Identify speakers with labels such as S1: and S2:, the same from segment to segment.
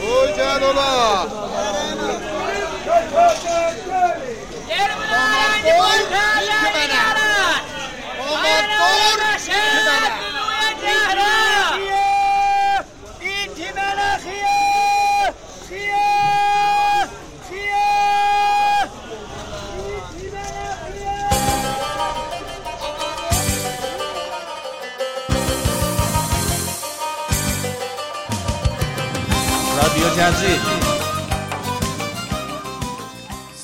S1: Hocan ola.
S2: رادیو جزیره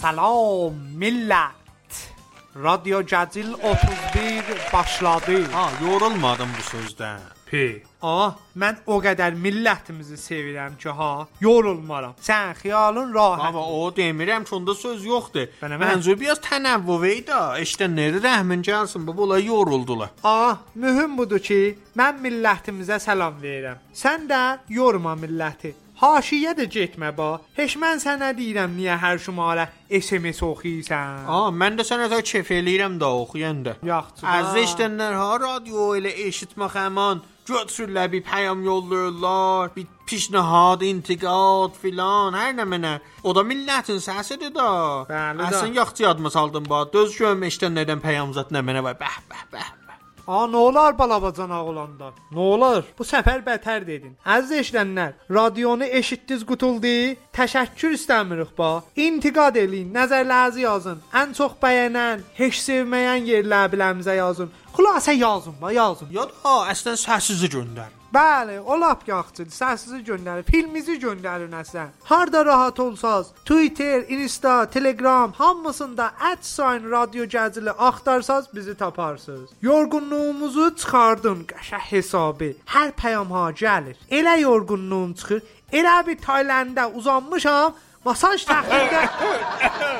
S3: Salam millət. Radio Cəzil 31 başladı.
S2: Ha, yorulmadım bu sözdən. Pi.
S3: Ah, mən o qədər millətimizi sevirəm ki, ha, yorulmaram. Sən xiyalın rahat.
S2: Amma o demirəm ki, onda söz yoxdur.
S3: Bənə mən-
S2: Mənzur biraz tənəvvü eyda. İşdənləri rəhmin gəlsin. Bu bunlar yoruldular.
S3: Ah, mühüm budur ki, mən millətimizə salam verirəm. Sən də yorma milləti. Haşiyə də getmə ba. Heç mən sənə deyirəm niyə hər şumara SMS oxuyursan.
S2: A, mən də sənə də kef eləyirəm də oxuyanda.
S3: Yaxşı.
S2: Az işdənlər ha radio ilə eşitmək həman. Götürürlər bir peyam yollayırlar, bir pişnihad, intiqad filan, hər nə mənə. O da millətin səsidir də.
S3: Bəli də.
S2: Əsən yaxşı yadıma saldım ba. Döz görüm işdənlərdən peyam zət nə mənə var. Bəh, bəh, bəh. bəh.
S3: A, nə olar balabacan oğlanda? Nə olar? Bu səfər bətər dedin. Əziz eşidənlər, radionu eşitdiniz qutuldu. Təşəkkür istəmirik ba. İntiqad eləyin, nəzərlərinizi yazın. Ən çox bəyənən, heç sevməyən yerlər biləmizə yazın. Xülasə yazın ba, yazın.
S2: Ya da əslən səsizi göndər.
S3: Bəli, o lap yaxşıdır. Səsizi göndərin, filminizi göndərin əsən. Harda rahat olsaz, Twitter, Insta, Telegram hamısında @radiogazili axtarsaz bizi taparsınız. Yorğunluğumuzu çıxardın qəşəng hesabı. Hər peyam ha gəlir. Elə yorğunluğum çıxır. Elə bir Taylandda uzanmışam. Masaj təxirdə.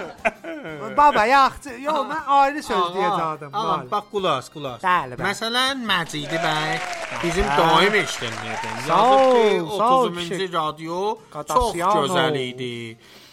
S3: Baba, yaxşı. Yox, mən ayrı söz deyəcəyəm.
S2: Ağam,
S3: bəli.
S2: bax qulaq, qulaq.
S3: Bəli, bəli.
S2: Məsələn, Məcidi bəy bizim daim eşidənlərdən.
S3: Sağ ol, sağ ol,
S2: 30-cu
S3: kişi.
S2: radio çox
S3: Qadasyanov.
S2: gözəl idi.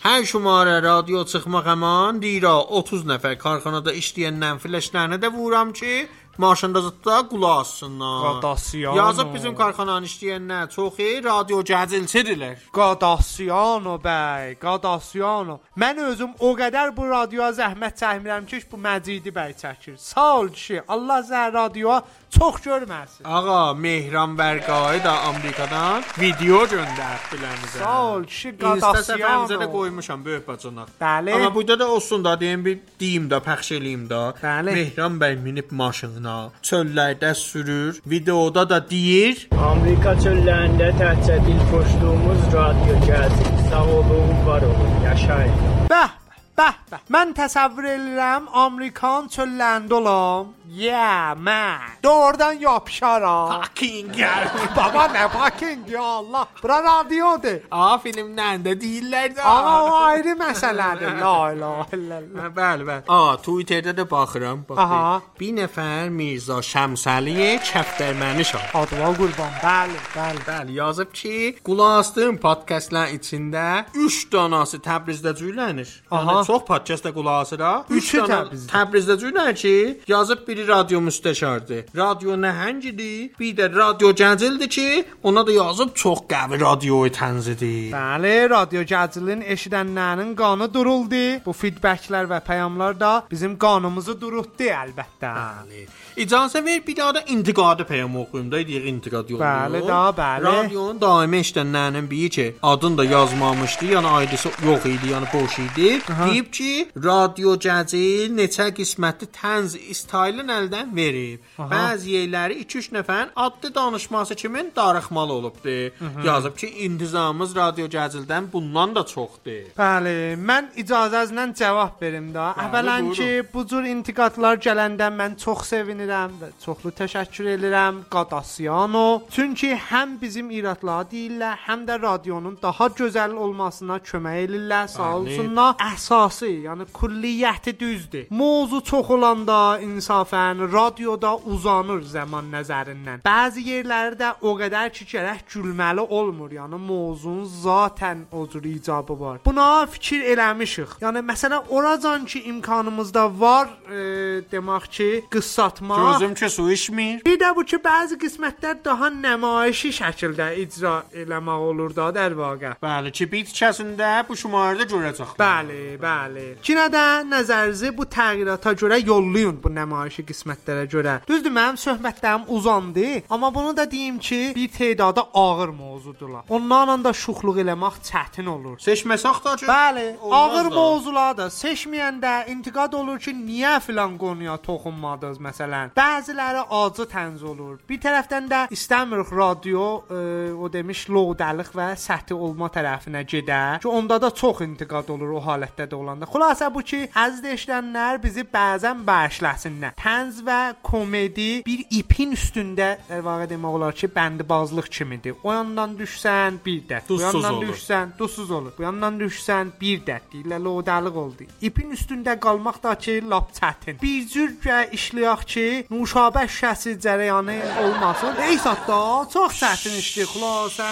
S2: Hər şumarə radio çıxmaq həman deyirə 30 nəfər karxanada işləyəndən fləşlərini də vuram ki, maşında zıtda qulaq assınlar.
S3: Qadasyanov.
S2: Yazıb bizim karxananın işləyənlər çoxu radio gəzilçidirlər.
S3: Qadasyano bəy, Qadasyano. Mən özüm o qədər bu radioya zəhmət çəkmirəm ki, bu Məcidi bəy çəkir. Sağ ol kişi. Allah zəhər radioya çox görməsin.
S2: Ağa Mehran Bərqayı da Amerikadan video göndərdilər bizə.
S3: Sağ ol kişi
S2: İnstagraməmizə də
S3: Qadasyano.
S2: qoymuşam böyük bacana.
S3: Bəli.
S2: Amma burada da olsun da deyim bir deyim də pəxş eləyim də.
S3: Bəli.
S2: Mehran bəy minib maşınına, çöllərdə sürür, videoda da deyir,
S4: Amerika çöllərində təhcədil qoşduğumuz radio gəzir. Sağ olun, var olun, yaşayın.
S3: Bəh, bəh, bəh. Mən təsəvvür edirəm Amerikan çöllərində olam. Yeah, mən. Doğrudan yapışaram.
S2: "Fucking gəl."
S3: Baba nə fucking ya Allah. Bura radiodur.
S2: A filmdən də deyirlər də.
S3: Amma o ayrı məsələdir. La ilahe illallah.
S2: Hə, Bəli, bəli. A, Twitterdə də baxıram, bax.
S3: Aha.
S2: Bir nəfər Mirza Şəmsəliyev Çəftərməni şah.
S3: Adva qurban. Bəli, bəli.
S2: Bəli, yazıb ki, qulaqastığım podkastların içində 3 danası Təbrizdə cüylənir.
S3: Aha.
S2: Yəni çox podkastda qulaqasıra.
S3: Üçü Təbrizdə.
S2: Təbrizdə cüylənir ki, yazıb biri radio müstəşardır. Radio nəhəngidir, bir də radio gəncildir ki, ona da yazıb çox qəvi radioyu tənzidir.
S3: Bəli, radio gəzilin eşidənlərinin qanı duruldu. Bu feedbacklər və peyamlar da bizim qanımızı durutdu əlbəttə.
S2: Bəli. İcazə ver bir daha da intiqadı peyam oxuyum da, deyir intiqad yolu.
S3: Bəli da, bəli.
S2: Radionun daimi işlənlərinin biri ki, adını da yazmamışdı, yəni ailəsi yox idi, yəni boş idi. Deyib ki, radio cəzil neçə qismətli tənz istaylın əldən verib. Bəzi yerləri 2-3 nəfərin adlı danışması kimi darıxmalı olubdu. Yazıb ki, intizamımız radio cəzildən bundan da çoxdur.
S3: Bəli, mən icazənizlə cavab verim də. Əvvələn
S2: buyurun.
S3: ki, bu cür intiqadlar gələndə mən çox sevinirəm və çoxlu təşəkkür edirəm Qadasyano. Çünki həm bizim iradları deyirlər, həm də radionun daha gözəl olmasına kömək edirlər, sağ
S2: Bəli.
S3: olsunlar. Əsa əsası, yəni külliyyəti düzdür. Mövzu çox olanda insafən radioda uzanır zaman nəzərindən. Bəzi yerləri də o qədər ki, gərək gülməli olmur, yəni mövzunun zaten o cür icabı var. Buna fikir eləmişik. Yəni məsələ oracan ki, imkanımızda var, e, demək ki, qıssatmaq.
S2: Gözüm ki su içmir.
S3: Bir də bu ki, bəzi qismətlər daha nümayişi şəkildə icra eləmək olur da, dər vaqə.
S2: Bəli, ki bit kəsində bu şumarda görəcək.
S3: Bəli, bəli. Yenə də nəzərinizi bu təğyirata görə yollayın bu nümayişi qismətlərə görə. Düzdür, mənim söhbətlərim uzandı, amma bunu da deyim ki, bir tədada ağır mövzudurlar. Onlarla da şuxluq eləmək çətin olur.
S2: Seçməsək də ki.
S3: Bəli,
S2: olmaz
S3: ağır
S2: da.
S3: mövzularda seçməyəndə intiqad olur ki, niyə filan qonuya toxunmadınız məsələn. Bəziləri acı tənz olur. Bir tərəfdən də istəmirik radio e, o demiş loğdalıq və səthi olma tərəfinə gedə. Ki onda da çox intiqad olur o halətdə də olanda. Xülasə bu ki, əziz eşidənlər bizi bəzən bağışlasınlar. Tənz və komedi bir ipin üstündə e, vaqa demək olar ki, bəndibazlıq kimidir. O yandan düşsən bir də, bu
S2: Duzsuz
S3: yandan
S2: olur.
S3: düşsən düşsən, duzsuz olur. Bu yandan düşsən, bir dərd deyirlər, lodalıq oldu. İpin üstündə qalmaq da ki, lap çətin. Bir cür gə işləyək ki, nuşabə şəsi cərəyanı olmasın. Ey satda, çox çətin işdir, xülasə.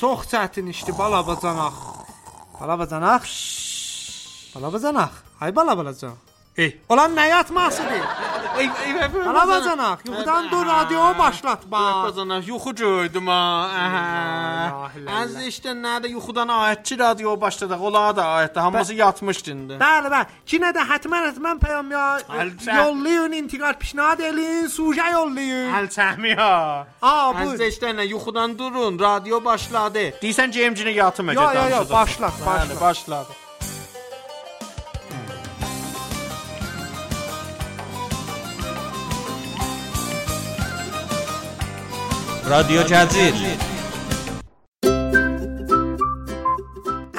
S3: Çox çətin işdir, bala bacanaq. Bala bacanaq. Bala bacanaq. Ay bala balacan.
S2: Ey,
S3: Olan nə yatmasıdır?
S2: ey, ey, ey,
S3: Bala bacanaq, yuxudan dur radioyu başlatma.
S2: Qazana yuxu gördüm ha.
S3: La ilahe
S2: Aha.
S3: illallah.
S2: Əziz eşidənlər də yuxudan ayətçi radio başladıq. Onlar da ayətdə hamısı yatmışdı indi.
S3: Bəli, bəli. Yenə də hətmən hətmən peyam ya
S2: Əlbəttə.
S3: yollayın, intiqad pişnad edin, suje yollayın.
S2: Əlçəmi ha.
S3: A bu.
S2: Əziz eşidənlər yuxudan durun, radio başladı. Deyirsən Cemcinə yatmayacaq.
S3: Yo yo yo başla,
S2: Bəli,
S3: başla.
S2: başladı.
S5: رادیو جزیر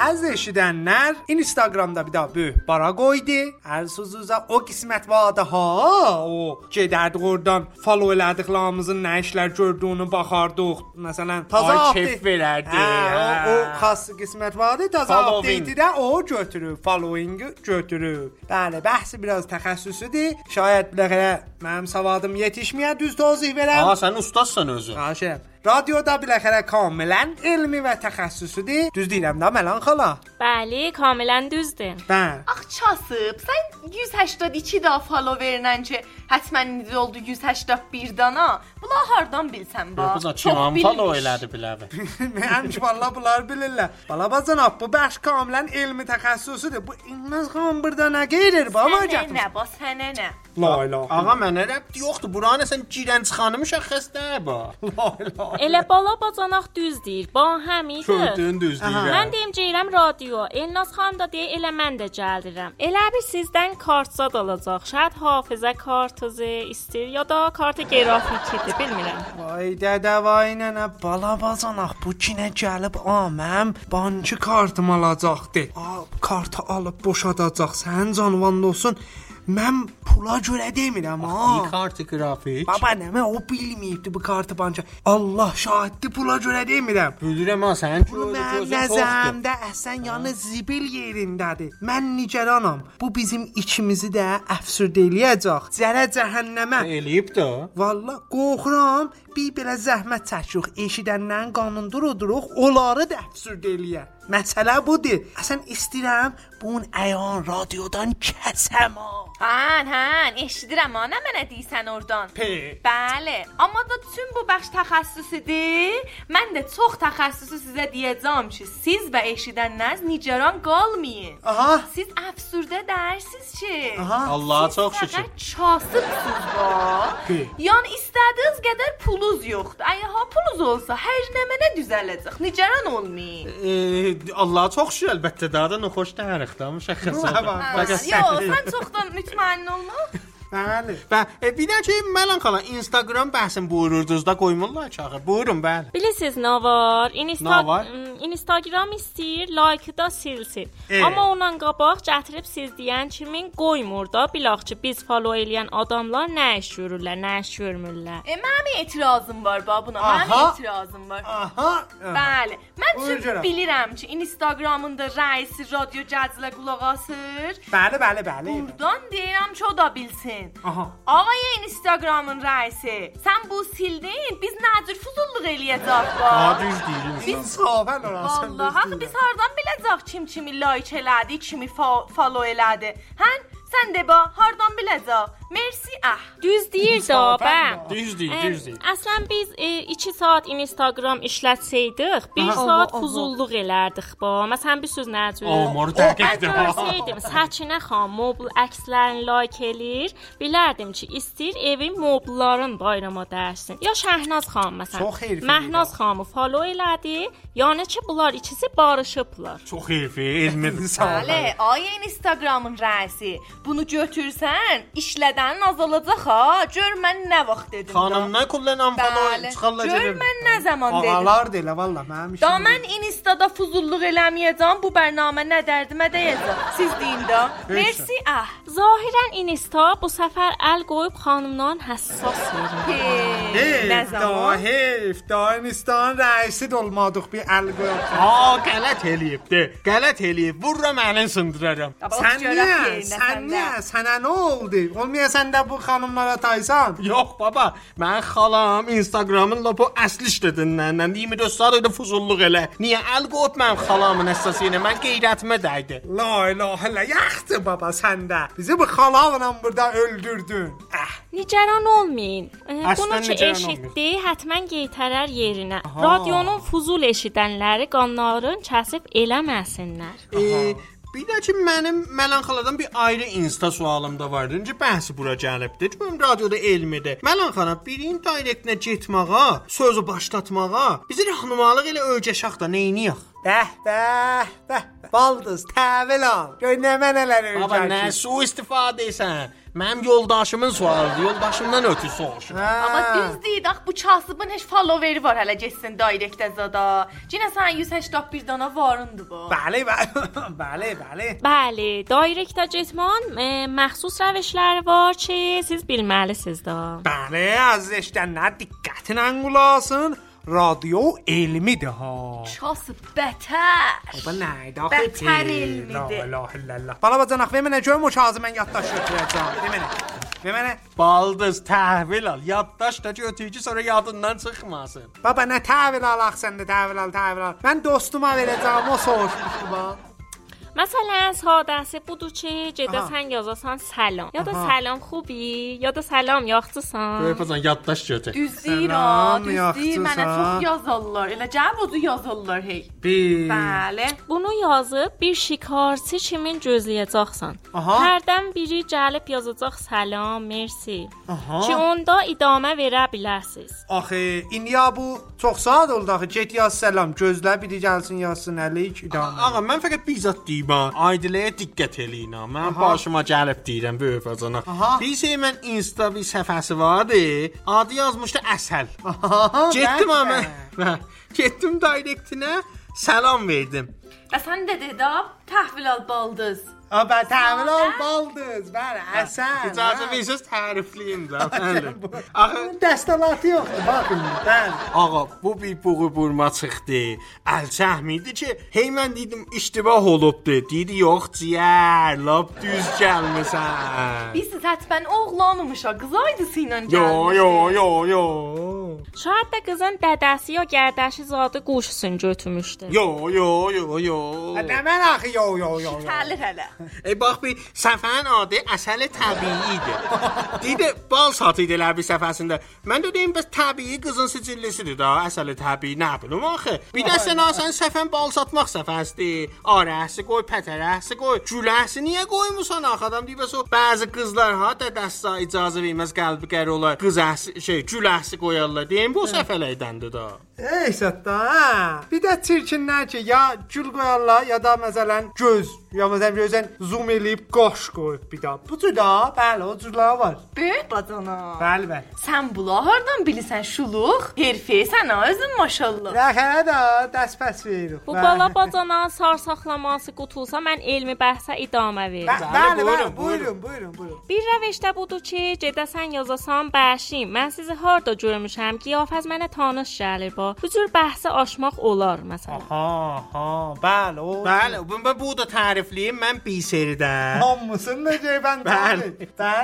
S3: Az eşidənlər Instagramda bir daha böyük bara qoydu. Hər sözünüzə o qismət vardı ha. O gedərdik oradan follow elədiklərimizin nə işlər gördüyünü baxardıq. Məsələn, taza
S2: Ay,
S3: update-
S2: kef verərdi.
S3: Hə, o, o
S2: Hə.
S3: xas qismət vardı. Taza
S2: Following.
S3: update-i də o götürüb, following götürüb. Bəli, bəhsi biraz təxəssüsüdür. Şayət biləxərə mənim savadım yetişməyə düz tozih verəm.
S2: Aha, sən ustadsan özün.
S3: Qaşəm. Radioda biləxərə kamilən elmi və təxəssüsüdür. Düz deyirəm də Məlan xala.
S6: بله کاملا دوزده
S3: Bən.
S7: Ax çasıb, sən 182 daha follow verinəncə həttəmən indi oldu 181 dana. Buna hardan bilsən bax?
S2: Qızla çimam follow elədi biləvi.
S3: Həmişə valla bunlar bilirlər. Bala bacanaq bu bəxş kamilən elmi təxəssüsüdür. Bu ingilis qan burada nə qeyrir bu amma
S7: Sənə
S3: gətir.
S7: nə, bax sənə nə?
S3: La la.
S2: Ağa mənə rəbti yoxdur. Buranı sən girən çıxanı müşəxəs nə bu?
S6: اله بالا بازاناق دوز دیر با همیده
S2: Köydün düz
S6: من
S2: deyirəm.
S6: دیم جیرم رادیو الناز خانم داده اله من ده جلدیرم اله bir sizden kartsa dalacaq şayad hafıza kartızı istir ya da kartı grafikidir bilmirəm
S3: Vay dədə vay nənə bala bacanaq bu kinə gəlib aməm bankı kartım alacaqdı. A kartı alıb boşadacaq. Sənin canvan olsun. Mən pula görə demirəm ha.
S2: Kartı grafik.
S3: Baba nəmə o bilməyibdi bu kartı banka. Allah şahiddir pula görə demirəm.
S2: Bilirəm ha sən
S3: Bunu
S2: gördün,
S3: mən
S2: gözün toxdur.
S3: nəzərimdə əsən yanı zibil yerindədir. Mən nigeranam. Bu bizim ikimizi də əfsürd eləyəcək. Cərə cəhənnəmə.
S2: Eləyib də.
S3: Valla qorxuram, bir belə zəhmət çəkirik. Eşidəndən qanun duruduruq, onları da əfsürd eləyə. Məsələ budur. Əsən istəyirəm bunun əyan radiodan kəsəm. ha.
S7: Hən, hən, eşidirəm ha, nə mənə deyirsən oradan.
S2: P.
S7: Bəli, amma da tüm bu bəxş təxəssüsüdür. Mən də çox təxəssüsü sizə deyəcəm ki, siz və eşidənlər nigeran qalmayın.
S3: Aha.
S7: Siz əfsürdə dərsiz ki.
S3: Aha.
S2: Allah'a çox şükür.
S7: Fəqət çasıbsınız bax. Yəni istədiyiniz qədər pulunuz yoxdur. Əgər ha pulunuz olsa, hər nə mənə düzələcək. Nigeran olmayın.
S2: Ee, Allah'a çox şükür əlbəttə daha da xoş tərixdə müşəxəs.
S3: Buna
S2: oldu.
S3: bax.
S2: Fəqət
S7: Yo, sən çox da mütməyin olma.
S3: Bəli.
S2: Və e, bir də ki, məlan xala
S6: بله
S2: Instagram bəhsin buyururdunuz da qoymurlar ki axı. Buyurun bəli.
S6: Bilirsiz nə var? İnsta
S2: Nə var?
S6: Mm, Instagram istəyir like-da silsin.
S2: E.
S6: Amma ondan qabaq gətirib siz deyən kimi qoymur da bilaqçı biz follow eləyən adamlar nə iş görürlər, nə iş görmürlər.
S7: E, mənim etirazım var ba buna.
S3: Aha.
S7: Mənim etirazım var.
S3: Aha.
S7: Bəli. Mən
S3: Buyur
S7: çünki
S3: canım.
S7: bilirəm ki, Instagramında rəisi radyo cəzilə qulaq asır.
S3: Bəli, bəli, bəli.
S7: Buradan deyirəm ki, o da bilsin.
S3: Aha.
S7: Ağaya Instagramın rəisi, sən bu sildin, biz nəcür fuzulluq eləyəcək
S2: Ha,
S7: bax.
S2: düz deyirsən.
S3: Biz xavər orasan.
S7: Vallahi biz hardan biləcək kim kimi like elədi, kimi fa- follow elədi? Hən sən də ba, hardan biləcək? Mersi ah.
S6: Düz deyir də bə.
S2: Düz deyil,
S6: Ə,
S2: düz deyil.
S6: Əslən biz 2 saat Instagram işlətsəydik, 1 saat fuzulluq elərdik bu. Məsələn bir söz nəcür.
S5: Omur dəqiqdir.
S6: Mən görsəydim Səkinə xan mobl əkslərini like eləyir, bilərdim ki, istir evin moblların bayrama dərsin. Ya Şəhnaz xan
S3: Çox
S6: məsələn.
S3: heyfli
S6: Məhnaz xanı follow elədi, yəni ki, bunlar ikisi barışıblar.
S2: Çox heyfi, elmidir.
S7: Bəli,
S2: E,
S7: ay Instagramın rəisi. Bunu götürsən, işlədənin azalacaq ha. Gör mən nə vaxt dedim. da.
S2: Xanım nə kullan unfollow
S7: Bəli.
S2: çıxarlar
S7: Gör
S2: gedir.
S7: mən nə zaman dedim.
S3: Ağalar deyilə valla mənim işim.
S7: Da mən instada fuzulluq eləməyəcəm. Bu bərnamə nə dərdimə dəyəcək. Siz deyin də. Mersi ah.
S6: Zahirən Insta bu səfər əl qoyub xanımdan həssas verir.
S7: Hey, nə
S3: Heyf, da
S7: zaman?
S3: heyf, da Hindistan rəisi də olmadıq bir əl qoyaq.
S2: Ha, qələt eliyibdi. Qələt eliyib. Vururam əlin sındıraram.
S7: Qabaq
S3: Sən
S7: görək
S3: niyə?
S7: yerinə
S3: Sən
S7: səndə.
S3: niyə? Sənə nə oldu? Olmaya sən də bu xanımlara taysan.
S2: Yox baba, mən xalam Instagramın lopu əsli işlədindən 24 saat idi fuzulluq elə. Niyə əl qoyub mən xalamın əsasını? Mən qeyrətimə dəydi.
S3: La ilahe illə yaxdı baba səndə. Bizi bu xalavla burada öldürdün. Əh.
S6: Nigeran olmayın. Eh,
S2: Əslən
S6: Bunu ki
S2: nigeran
S6: eşitdi, həttəmən geytərər yerinə. Radionun fuzul eşidənləri qanların kəsib eləməsinlər.
S2: E, bir də ki mənim Məlan xaladan bir ayrı insta sualım da vardı. İncə bəhs bura gəlibdi. Çünki radioda elmidir. Məlan xana birin direktinə getməyə, sözü başlatmağa, bizi rəhnumalıq elə ölcəşaq da neyniyək?
S3: Bəh, bəh, bəh. Baldız, təvil al. Gör nə mənələr
S2: Baba nə
S3: öyrəcək.
S2: su istifadəsən? Mənim yoldaşımın sualıdır. Yoldaşımdan ötü soruşur.
S3: Hə.
S7: Amma düz deyid, ax bu kasıbın heç followeri var hələ getsin direktə zada. Cinə sən 181 dana varındı bu.
S3: Bəli, bəli, bəli, bəli.
S6: Bəli, direktə getmən e, məxsus rəvişləri var ki, siz bilməlisiniz də.
S3: Bəli, az eşidənlər diqqətlə qulasın. Radyo elmidir ha.
S7: Kasıb bətər.
S3: Baba nə idi axı?
S7: Bətər
S3: bil?
S7: elmidir.
S3: La ilahe illallah. Bala bacan axı, mənə görüm o kağızı mən yaddaş götürəcəm. Demənə. Demənə.
S2: Baldız təhvil al. Yaddaş da götürücü sonra yadından çıxmasın.
S3: Baba nə təvil al axı səndə təvil al, təvil al. Mən dostuma verəcəm o soruşmuşdu bax.
S6: Məsələn, sadəsi budur ki, gedəsən yazasan salam. Ya da salam xubi, ya da salam yaxçısan.
S2: Böypazan yaddaş götür.
S7: Düz deyir ha,
S3: Salam,
S7: düz deyir. Mənə
S3: yaxşısan.
S7: çox yazarlar. Elə cavab odu yazarlar hey.
S3: Bir.
S7: Bəli.
S6: Bunu yazıb bir şikarçı kimi gözləyəcəksən.
S3: Aha.
S6: Hərdən biri gəlib yazacaq salam, mersi. Aha. Ki onda idamə verə bilərsiz.
S3: Axı indiya bu çox saat oldu axı. Get yaz salam, gözlə biri gəlsin yazsın əlik idamə.
S2: Ağa, mən fəqət bizzat deyim ha. Aidiləyə diqqət eləyin ha. Mən Aha. başıma gəlib deyirəm böypazana. Bir şey mən insta bir səhifəsi vardı. Adı yazmışdı əsəl. Getdim ha mən. Hə, Getdim direktinə salam verdim.
S7: Və sən də dedə təhvil al baldız.
S3: Abə təvil ol baldız, bəli, əsəl.
S2: İcazə verirsiniz tərifləyim də. Bəli. Axı
S3: dəstəlatı yoxdur, baxın. Bəli.
S2: Ağa, bu bir buğu burma çıxdı. Əlçəhm idi ki, hey mən dedim iştibah olubdu. Dedi yox, ciyər, lap düz gəlmisən.
S7: Biz həttən oğlanmışa, qızaydı sinən gəlmiş.
S2: Yo, yo, yo, yo.
S6: Şayad da qızın dədəsi ya gərdəşi zadı quşsun götürmüşdü.
S2: Yo, yo, yo, yo.
S3: Nə mən axı yo yo yo. yo.
S7: Təlir hələ.
S2: Ey bax bir səfənin adı əsəl təbii idi. Dedi bal satı idilər bir səfəsində. Mən də deyim bəs təbii qızın sicillisidir da, əsəl təbii nə bilim axı. Bir də sən asan səfən bal satmaq səfəsidir. Arəsi qoy, pətərəsi qoy, güləsi niyə qoymusan axı adam deyir bəs o bəzi qızlar ha dədəsə icazə verməz qəlbi qərə olar. Qız əsi şey güləsi qoyarlar. Deyim bu səfələdəndir da.
S3: Ey satda. ha. Bir de çirkinler ki ya gül koyarlar ya da mesela göz. Ya mesela gözden zoom eləyib qaş koyup bir daha. Bu cür da bəli o cürlər var.
S7: Böyük badana.
S3: Bəli bəli.
S7: Sən bula hardan bilirsən şuluq? Herfeysən ha özün maşallah.
S3: Rəhərə də dəst pəs veririk.
S6: Bu
S7: خب،
S3: Bəli.
S6: bala bacanan sarsaxlaması qutulsa mən elmi bəhsə idamə
S3: Bə-
S6: verirəm.
S3: Bəli, bəli,
S2: buyurun,
S3: buyurun, buyurun, buyurun.
S6: Bir rəvəş də budur ki, gedəsən yazasan bəşim. Mən sizi harda görmüşəm? Qiyafəz mənə tanış gəlir bu. Bu cür bəhsə aşmaq olar məsələn.
S3: Ha, ha, bəli, o.
S2: Bəli, bu, bu- bu da tərifliyim mən biseridə.
S3: Hamısını da ceybəndə.
S2: Bəli.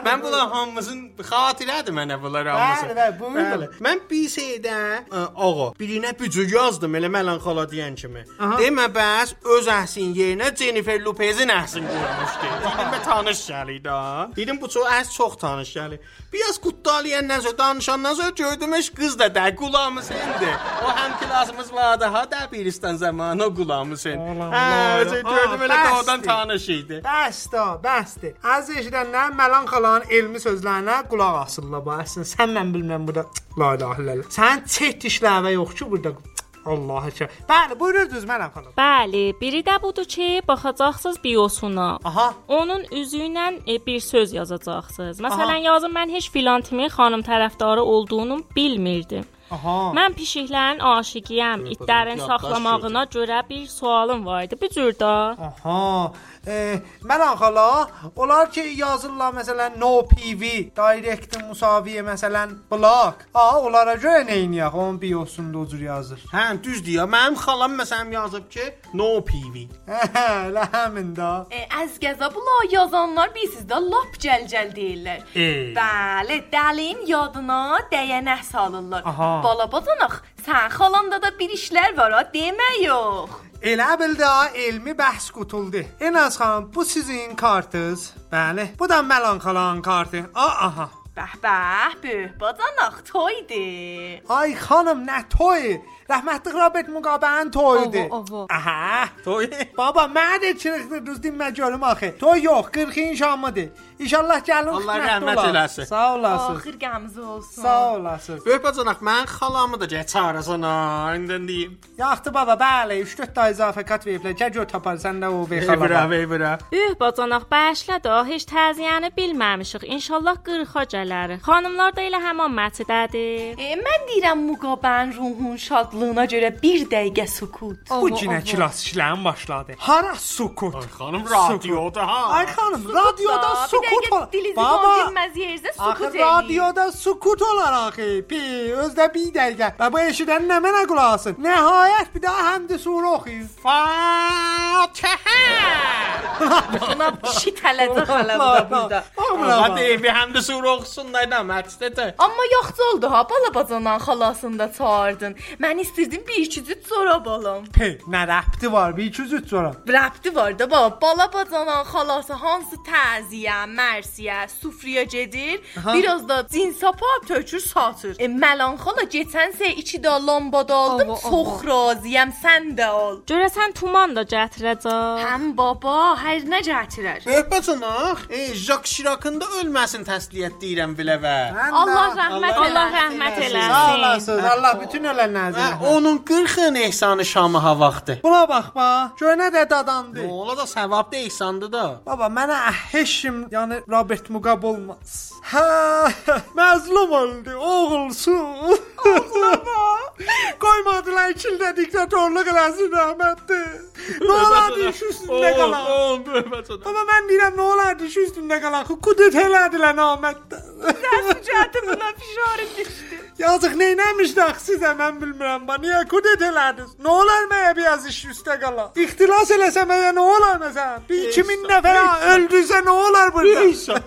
S2: Mən bunlar hamımızın xatirədir mənə bunlar hamısı.
S3: bəli, buyurun.
S2: Mən biseridə ə, ağa e, birinə bücü yazdım elə Məlan xala deyən kimi.
S3: Aha.
S2: Demə bəs öz əhsin yerinə Jennifer Lopezin əhsin qoymuşdu. Dedim mən tanış gəlir də. Dedim bu çox əhs çox tanış gəlir. Biraz qutdalıyan nəsə danışandan sonra gördümüş qız da də qulamı sendi. O həm klasımız vardı ha da biristan zamanı o qulamı sen.
S3: Allah
S2: Hə,
S3: Allah.
S2: gördüm elə
S3: Ah,
S2: doğrudan
S3: bəsdir.
S2: tanış idi.
S3: Bəsdə, bəsdə. Az eşidənlər Məlan xalanın elmi sözlərinə qulaq asırlar bu əslində. Sənlə bilmirəm burada. cık, La ilahe illallah. Sənin çet dişlərinə yox ki burada. cık, Allah həşə. Bəli, buyururdunuz Məlan xalan.
S6: Bəli, biri də budur ki, baxacaqsınız biosuna.
S3: Aha.
S6: Onun üzüylə e, bir söz yazacaqsınız. Məsələn, yazın mən heç filan timin xanım tərəfdarı olduğunu bilmirdim.
S3: Aha.
S6: Mən pişiklərin aşiqiyəm. İtlərin
S2: yaddaş
S6: saxlamağına görə bir sualım var idi. Bu cür də.
S3: Aha. E, Məlan xala, onlar ki yazırlar məsələn no PV, direct musaviyə məsələn block. A, onlara görə nə edək? Onun biosunda o cür yazır.
S2: Hə, düzdür ya. Mənim xalam məsələn yazıb ki, no PV.
S3: Hə, Elə həmin də.
S7: E, az qəzabla yazanlar bilirsiz də lap cəlcəl deyirlər.
S2: E.
S7: Bəli, dəlim yadına dəyənə salırlar.
S3: Aha.
S7: Bala bacanaq, sən xalanda da bir işlər var ha, demə yox.
S3: Elə bil də elmi bəhs qutuldu. Enaz xan, bu sizin kartınız. Bəli. Bu da Məlan xalanın kartı. A, aha.
S7: Bəh bəh, Ah, böyük bacanaq toydu.
S3: Ay xanım, nə toy? Rəhmətli Robert Muqabənin toyudur.
S6: Ovo, ovo.
S3: Aha, toy. Baba, mənə də çırıqdı, düz demə görüm axı. Toy yox, 40 inşamıdır. İnşallah gəlin.
S2: Allah
S3: xidmətdə
S2: rəhmət
S3: olar.
S2: eləsin.
S3: Sağ olasınız.
S7: Axır qəmzi olsun.
S3: Sağ olasınız.
S2: Böyük bacanaq, mənim xalamı da gəl çağırasan ha, indən deyim.
S3: Yaxdı baba, bəli, 3-4 da izafə qat veriblər. Gəl gör tapar səndə o vey
S2: Evra,
S3: xala.
S2: evra.
S6: Üh, bacanaq bəşlə də heç təziyəni bilməmişik. İnşallah 40-a gələrik. Xanımlar da elə həmin məcidədir.
S7: E, mən deyirəm Muqabənin ruhun şadlığına görə 1 dəqiqə sükut.
S3: Bu cinə kilas işlərin başladı. Hara sukut?
S2: Ay xanım radioda ha.
S3: Ay xanım, radioda
S7: Da, Bir
S3: sukut
S7: dəqiqə
S3: olar.
S7: dilinizi
S3: Baba,
S7: qondirməz yerizdə sukut
S3: axı
S7: edin.
S3: radioda sukut olar axı. Pi, özdə bir dəqiqə. Və bu eşidən nə mənə qulaq asın? Nəhayət bir daha həmd surə oxuyur.
S2: Fatihə.
S7: Buna şitələdə xalam da burada.
S2: Hadi
S3: Hadi.
S2: evi həm də sur oxusun da nə məqsədə.
S7: Amma yaxşı oldu ha bala bacanan xalasını da çağırdın. Mən istirdim bir ikicüt çorab alam.
S3: Pi, nə rəbti var? 203 sonra.
S7: Rəbti var da baba. Bala bacanan xalası hansı təziyə, mərsiyə, sufriyə gedir, Aha. biraz da cinsapa tökür, satır. E, Məlan xala keçənsə iki də lambada aldım. Çox razıyam, sən də al.
S6: Görəsən tuman da gətirəcək.
S7: Həm baba, hər nə gətirər.
S2: Böyük bacanaq, ey Jacques Chirac-ın da ölməsin təsliyyət deyirəm biləvə.
S7: Allah rəhmət
S2: Allah-
S7: eləsin.
S6: Allah rəhmət
S3: Sağ
S6: eləsin.
S3: olasınız. Allah bütün
S2: Hə,
S3: ölənlərinizə.
S2: onun 40-ın ehsanı şamı ha vaxtı.
S3: Buna baxma. Görünə də dadandı.
S2: Ola da savab da ehsandı da.
S3: Baba mənə heşim, yəni Robert Muqab olmaz. Hə, məzlum oldu oğulsun. Oğlama. Qoymadılar 2 ildə diktatorluq eləsin rəhmətli. Nə olardı iş üstündə qalan?
S2: böyük bacanaq.
S3: Baba mən deyirəm nə olardı iş üstündə qalan? Kudet elədilər namətdə.
S7: Cəhəti buna pişarı düşdü.
S3: Yazıq nə eləmişdi axı sizə mən bilmirəm. Ba niyə kudet elədiniz? Nə olar məyə biraz iş üstə qalan? İxtilas eləsəm məyə nə olar məsələn? 2000 nəfər öldürsə nə olar burada?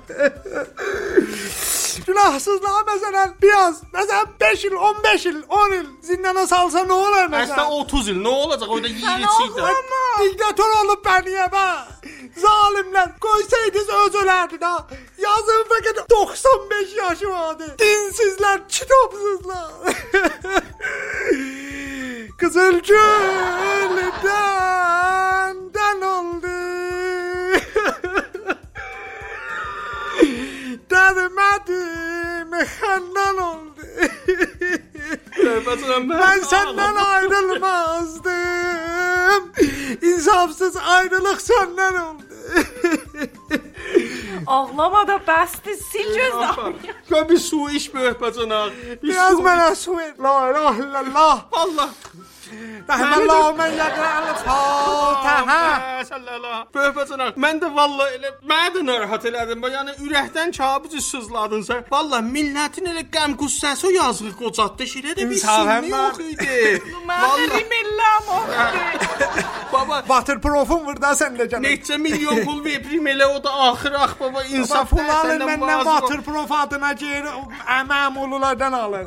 S3: Günahsızlığa mesela biraz mesela 5 yıl 15 yıl 10 yıl zindana salsa ne olur
S2: Əslində
S3: mesela?
S2: 30 il nə olacaq? Orada yiyir
S3: Ama
S2: içir.
S3: diktatör olup ben niye ben? Zalimler koysaydınız öz ölerdi ha. Yazın fakat 95 yaşı vardı. Dinsizler, kitapsızlar. Kızılcül denden oldu. Dedim edim, handan oldu.
S2: Mesela ben,
S3: Ben senden ayrılmazdım. İnsafsız ayrılık senden oldu.
S7: Ağlama da bəsdir, sil gözlə.
S2: Aferin. Ya bir su iç be bacanak. Bir
S3: Biraz
S2: su iç.
S3: bana su ver. La ilahe illallah.
S2: Allah.
S3: Rahmetullah men yaqra'al Fatiha.
S2: Böhbəcanak, mən də valla elə mənə də narahat elədin. bax, Yəni ürəkdən kabucu sızladın sən. Valla millətin elə qəm qüssəsi o yazığı qocatdı. Şirə də bir
S3: İnsafən
S2: sinni
S3: var.
S2: yox idi. Valla
S7: Rimillam o.
S2: baba
S3: Waterproof'un burada sende canım.
S2: Neçə milyon pul verib elə o da axır ax baba
S3: Baba
S2: insaf
S3: pul alır
S2: səndən
S3: benden
S2: razı ol.
S3: waterproof adına geri məmululardan alır.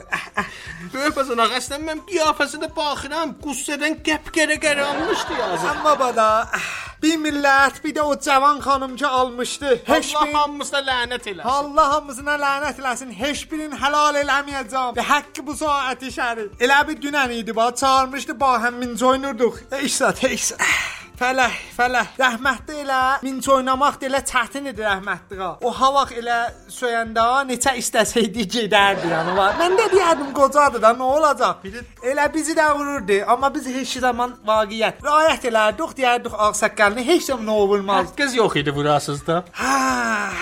S2: Böyük bacanaq, əslən mən qiyafəsinə baxıram, qüssədən qəpqərə qaralmışdı yazıq.
S3: Amma bada bir millət bir də o cavan xanımca almışdı. Heç
S2: Allah
S3: bir
S2: hamımızda lənət eləsin.
S3: Allah hamısına lənət eləsin. Heç birin halal eləməyəcəm. Be haqqı bu saati şəri. Elə bir dünən idi ba, çağırmışdı ba həm minc oynurduq. Eşsat, eşs. Fələh, fələh. Rəhmətli elə minc oynamaq da elə çətin idi rəhmətli. ha. O havaq elə söyəndə neçə istəsəydi gedərdi yəni var. Mən də deyərdim qocadır da nə olacaq? Elə bizi də vururdu, amma biz heç zaman vaqiət. Rayət elədik, deyərdik ağsaqqalını heç zaman nə olmaz.
S2: Qız yox idi burasızda.
S3: Ha,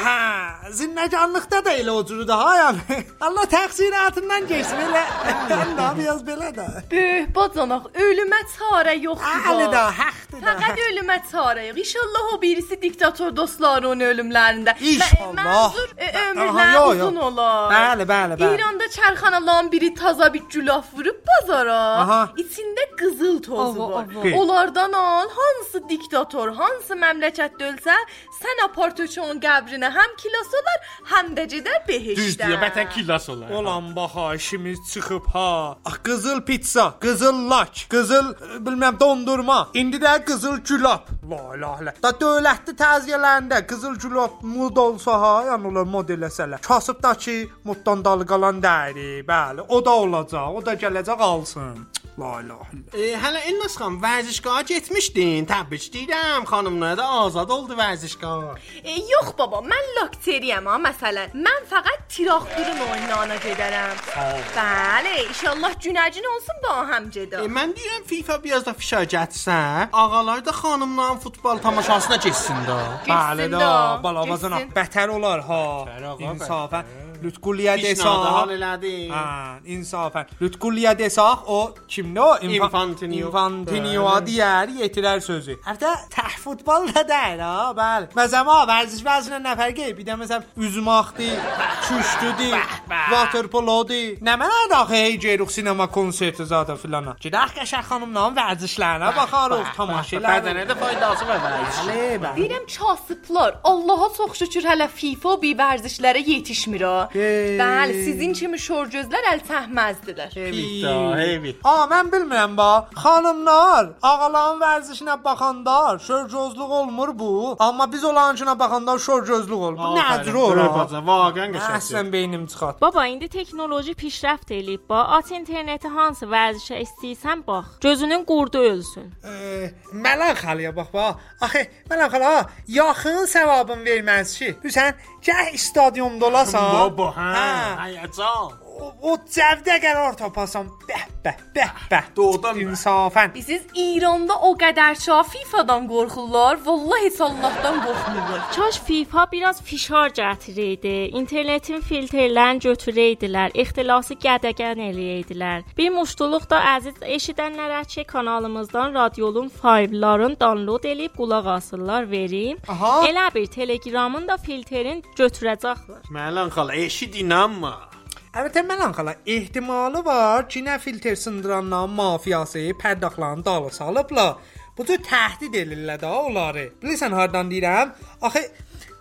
S3: ha. Zinnekarlıqda da elə o cürü daha yəni. Allah təqsiratindən keçsin elə. Sən də biraz belə də.
S7: Böyük bacanaq, Eh, ölümə çarə yoxdur. bax.
S3: Əli də haqqdır da.
S7: Fəqət ölümə çarə yox. İnşallah o birisi diktator dostlarının ölümlərində. Və-
S3: İnşallah.
S7: Mənzur e, ömürlər
S3: Aha, yo, yo.
S7: uzun olar.
S3: Bəli, bəli, bəli.
S7: İranda çərxanaların biri taza bir gülaf vurub bazara.
S3: Aha.
S7: İçində qızıl tozu
S6: Ava,
S7: var.
S6: ava.
S7: Onlardan al, hansı diktator, hansı məmləkətdə ölsə, sən apartöçün qəbrinə həm kilas olar, həm də gedər behişdə.
S2: kilas olar.
S3: Olan baha işimiz çıxıb ha. Ah, qızıl pizza, qızıl lak, qızıl e, bilməm dondurma. İndi də qızıl gülab. La ilahe illallah. Da dövlətli təziyələrində qızıl gülab mod olsa ha, yəni onlar mod eləsələr. Kasıbdakı moddan dalğalan dəyri. Bəli, o da olacaq. O da gələcək alsın. Cık, La ilahe illallah.
S2: E, hələ Elnas xan vərzişgaha getmişdin. Təbrik deyirəm xanımına da azad oldu vərzişgah.
S7: E, yox baba, mən lakteriyəm ha məsələn. Mən fəqət tiraqdurun oyunlarına gedərəm. Bəli, inşallah günəcin olsun bu həm gedə.
S2: E, mən deyirəm FIFA biraz da fişar gətsə, ağalar da xanımların futbol tamaşasına getsin də.
S3: Bəli də,
S7: da,
S3: balabazana
S7: getsin.
S3: bətər olar ha.
S2: Bətər ağa,
S3: İnsafən Lütquliyə
S2: Pişnadı hal
S3: desaq.
S2: elədi.
S3: Hə, insafən Lütquliyə desaq o kimdə o İnfa-
S2: Infantino.
S3: Infantino deyər, yetirər sözü. Hətta təh futbol da deyil ha, bəli. Məsələn, vərziş vəzinə nə fərqi? Bir də məsələn üzmaqdı, çüşdüdü, waterpolodi. Nə mənə daxı hey gedirik sinema konserti zada filana. Gedək qəşəng xanımla vərzişlərinə baxarıq, tamaşa
S2: Bədənə
S3: edərik.
S2: də faydası var vərzişin.
S3: Bəli, bəli.
S7: Deyirəm kasıblar. Allaha çox şükür hələ FIFA o bir vərzişlərə yetişmir ha.
S3: Hey.
S7: Bəli, sizin kimi şor gözlər əl çəkməzdilər.
S2: Heyvit də, heyvit.
S3: A, mən bilmirəm ba. Xanımlar, ağaların vərzişinə baxanda şörgözlük olmur bu. Amma biz olançına baxanda şörgözlük olur. Bu nədir ora?
S2: Vaqən qəşəngdir.
S3: Əhsən beynim çıxat.
S6: Baba indi texnoloji پیشرفت eləyib. Ba, at interneti hansı vərzişə istəyirsən bax. Gözünün qurdu ölsün.
S3: Mələn xalıya bax bax. Axı, Mələn xala, yaxın savabın verməsi. Sən gəh stadionda olasan.
S2: Baba, hə, həyəcan.
S3: O, o cəvdə qərar tapasan. Bəh, bəh, bəh, bəh.
S2: Doğrudan bəh.
S3: insafən.
S7: Siz İranda o qədər ça FIFA-dan qorxurlar, vallahi heç Allahdan qorxmurlar.
S6: Kaş FIFA biraz fişar gətirəydi. İnternetin filtrlərini götürəydilər, ixtilası qədəqən eləyəydilər. Bir muştuluq da əziz eşidənlərə ki, kanalımızdan radiolun fayllarını download eləyib qulaq asırlar verim.
S3: Aha.
S6: Elə bir Telegramın da filtrin götürəcəklər.
S2: Mələn xala, eşid inanma.
S3: Əlbəttə Məlan xala ehtimalı var ki, nə filter sındıranların mafiyası pərdaqlarını dalı salıblar. Bu cür təhdid edirlər də onları. Bilirsən hardan deyirəm? Axı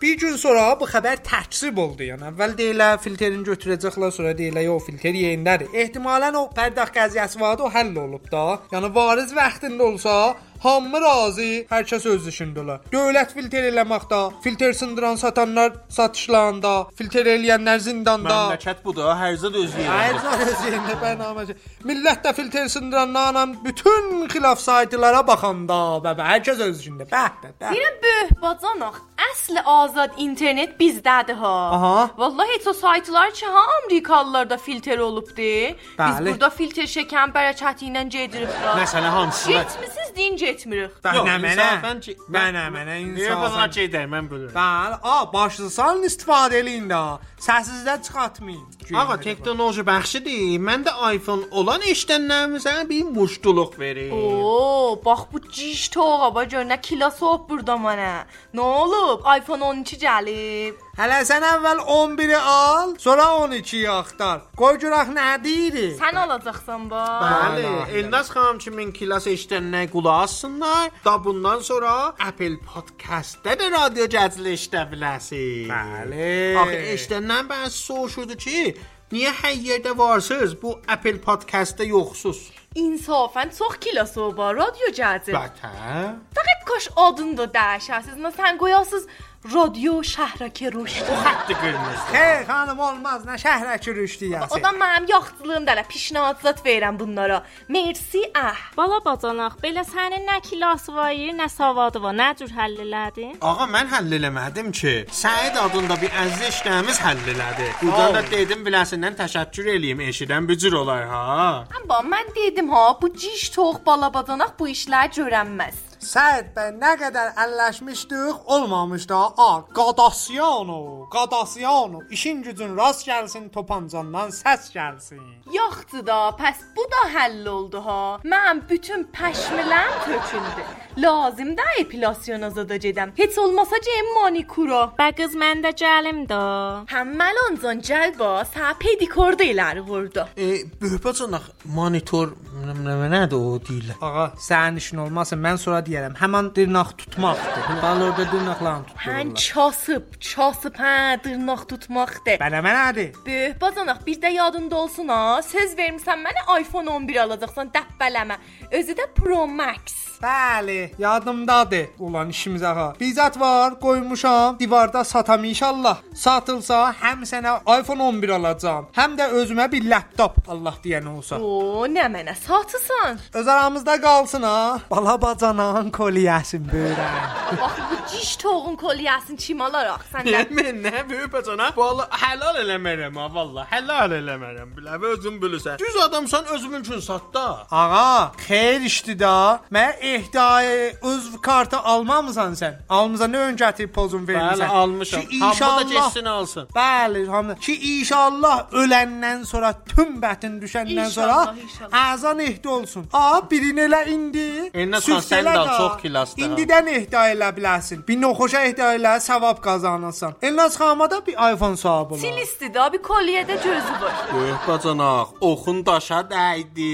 S3: bir gün sonra bu xəbər təksib oldu. Yəni əvvəl deyirlər filterini götürəcəklər, sonra deyirlər yox filter yerindədir. Ehtimalən o pərdaq qəziyyəsi vardı, o həll olub da. Yəni variz vaxtında olsa Hamı razı, hər kəs öz işindələr. Dövlət filtr eləməkdə, filtr sındıran satanlar satışlarında, filtr eləyənlər zindanda.
S2: Məmləkət budur, hərzad özləyir.
S3: Ayrıca özündə bərnaməçi. Millət də filtr sındıranlarla bütün xilaf saytlara baxanda və və hər kəs öz işində. Bəh, bəh, bəh.
S7: Deyirəm böh bacan ax. Əsl azad internet bizdədir ha.
S3: Aha.
S7: Vallahi heç o saytlar ki ha Amerikalılarda filtr olubdu. Biz
S3: Bəli.
S7: burada filtr şəkən bərəkəti ilə gedirik ra.
S2: Məsələ hamısına.
S7: Getmisiz deyin getmirik.
S2: Yox,
S3: Bəhnə mənə.
S2: insafən ki-
S3: Mənə mənə
S2: Niyə bazana
S3: insan.
S2: gedir, mən bilirəm.
S3: Bəli, a başlısan istifadə eləyin də. Səsizdən çıxartmayın.
S2: Ağa teknoloji bəxşidir. Mən də iPhone olan işlənlərimizə bir muştuluq verir.
S7: Oo, bax bu ciş toğa baca nə kilas olub burada mənə. Nə olub? iPhone 12 gəlib.
S3: Hələ sən əvvəl 11-i al, sonra 12-yi axtar. Qoy görək nə deyirik.
S7: Sən alacaqsan bax.
S2: Bəli, Elnaz xanım kimin kilası işlənləyə qulaq assınlar. Da bundan sonra Apple Podcast-da da radio gəzili işlə biləsiniz.
S3: Bəli.
S2: Axı işlənlən bəs soruşurdu ki, niyə hər yerdə varsınız, bu Apple Podcast-da yoxsuz?
S7: İnsafən çox kilas olub ha, radio gəldi.
S2: بله. Bətə.
S7: Fəqət kaş adını da dəyişəsiz. Məsələn qoyasız Radio Şəhrəkə Rüşd.
S2: Xətti qırmızı.
S3: Hey xanım olmaz, nə şəhrə kürüşdüyəsən.
S7: O da mənim yaxçılığım dələ pişnahatsat verirəm bunlara. Mersi ah.
S6: Bala bacanaq, belə sənin nə kilası var, nə savadı var, nə cür həll elədin?
S2: Ağa mən həll eləmədim ki. Səid adında bir əziz işləmiz həll elədi. Burdan
S3: Oh.
S2: da dedim biləsindən təşəkkür eləyim, eşidən bücür olar ha.
S7: Amma mən dedim ha, bu ciş tox balabadanaq bu işlər görənməz.
S3: Səhid bəy nə qədər əlləşmişdik, olmamışdı. A, qadasyano, qadasyano. İşin gücün rast gəlsin, topancandan səs gəlsin.
S7: Yoxdu da, pəs bu da həll oldu ha. Mən bütün pəşmiləm töküldü. Lazım da epilasiyona zada gedəm. Heç olmasa cem manikura.
S6: Bə qız məndə gəlim də.
S7: Həm məlancan gəlbə, sağ pedikorda iləri vurdu.
S2: E, böhbəcanaq monitor nə- nə- nədir o deyirlər?
S3: Ağa, sənin işin olmasa mən sonra deyərəm, həmin dırnaq tutmaqdır. Balorda dırnaqlarını
S7: Hən
S3: tuturlar.
S7: çasıb, çasıb hə, dırnaq tutmaqdır.
S3: Bənə mənədir.
S7: Böyük bazanaq bir də yadında olsun ha. Söz vermisən mənə iPhone 11 alacaqsan, dəbbələmə. Özü də Pro Max.
S3: Bəli, yadımdadır. Ulan işimiz ağa. Bizat var, qoymuşam. Divarda satam inşallah. Satılsa həm sənə iPhone 11 alacağam, həm də özümə bir laptop Allah deyən olsa.
S7: O, nə mənə satırsan?
S3: Öz aramızda qalsın ha. Bala bacanan koliyəsin böyrən.
S7: Bax bu ciş toğun kolyasını kim alaraq
S2: Nə
S7: səndən?
S2: mən nə böhbəcanaq? Vallah həlal eləmərəm ha, vallah. Həlal eləmərəm. Biləv özün bilirsən. Düz adamsan özümün üçün sat da.
S3: Ağa, xeyir işdi da. Mən ehdai özv kartı almamısan sən. Almısan nə ön gətirib pozun vermisən.
S2: Bəli, almışam.
S3: Ki,
S2: Hamı da
S3: inşallah.
S2: getsin alsın.
S3: Bəli, hamı. Ki inşallah öləndən sonra tüm bətin düşəndən sonra
S7: İnşallah, inşallah.
S3: əzan ehdi olsun. A, birini elə indi.
S2: Elinə
S3: süft
S2: çıxan E, sən
S3: elə
S2: də
S3: da.
S2: çox kilasdır ha.
S3: İndidən ehda elə biləsən. Bir noxoşa ehda elə savab qazanırsan. Elnaz xanıma da bir iPhone sahibi olar.
S7: Silisti də bir kolyədə gözü var.
S2: Böhbəcanaq, oxun daşa dəydi.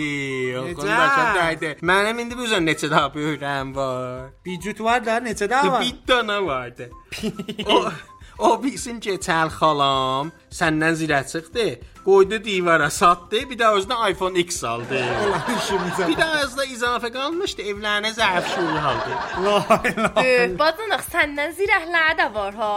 S2: Oxun
S3: Necə?
S2: daşa dəydi. Mənim indi bilirsən neçə daha böyrəm var.
S3: Bir cüt var da neçə də var?
S2: Bir dənə vardı. o, o bilsin ki, Çəl xalam səndən zirə çıxdı. Qoydu divara satdı, bir də özünə iPhone X aldı.
S3: işimizə.
S2: bir də özünə izafə qalmışdı, evlərinə zəif şuyu aldı.
S7: Böyük bazanaq səndən zirəhləri də var ha.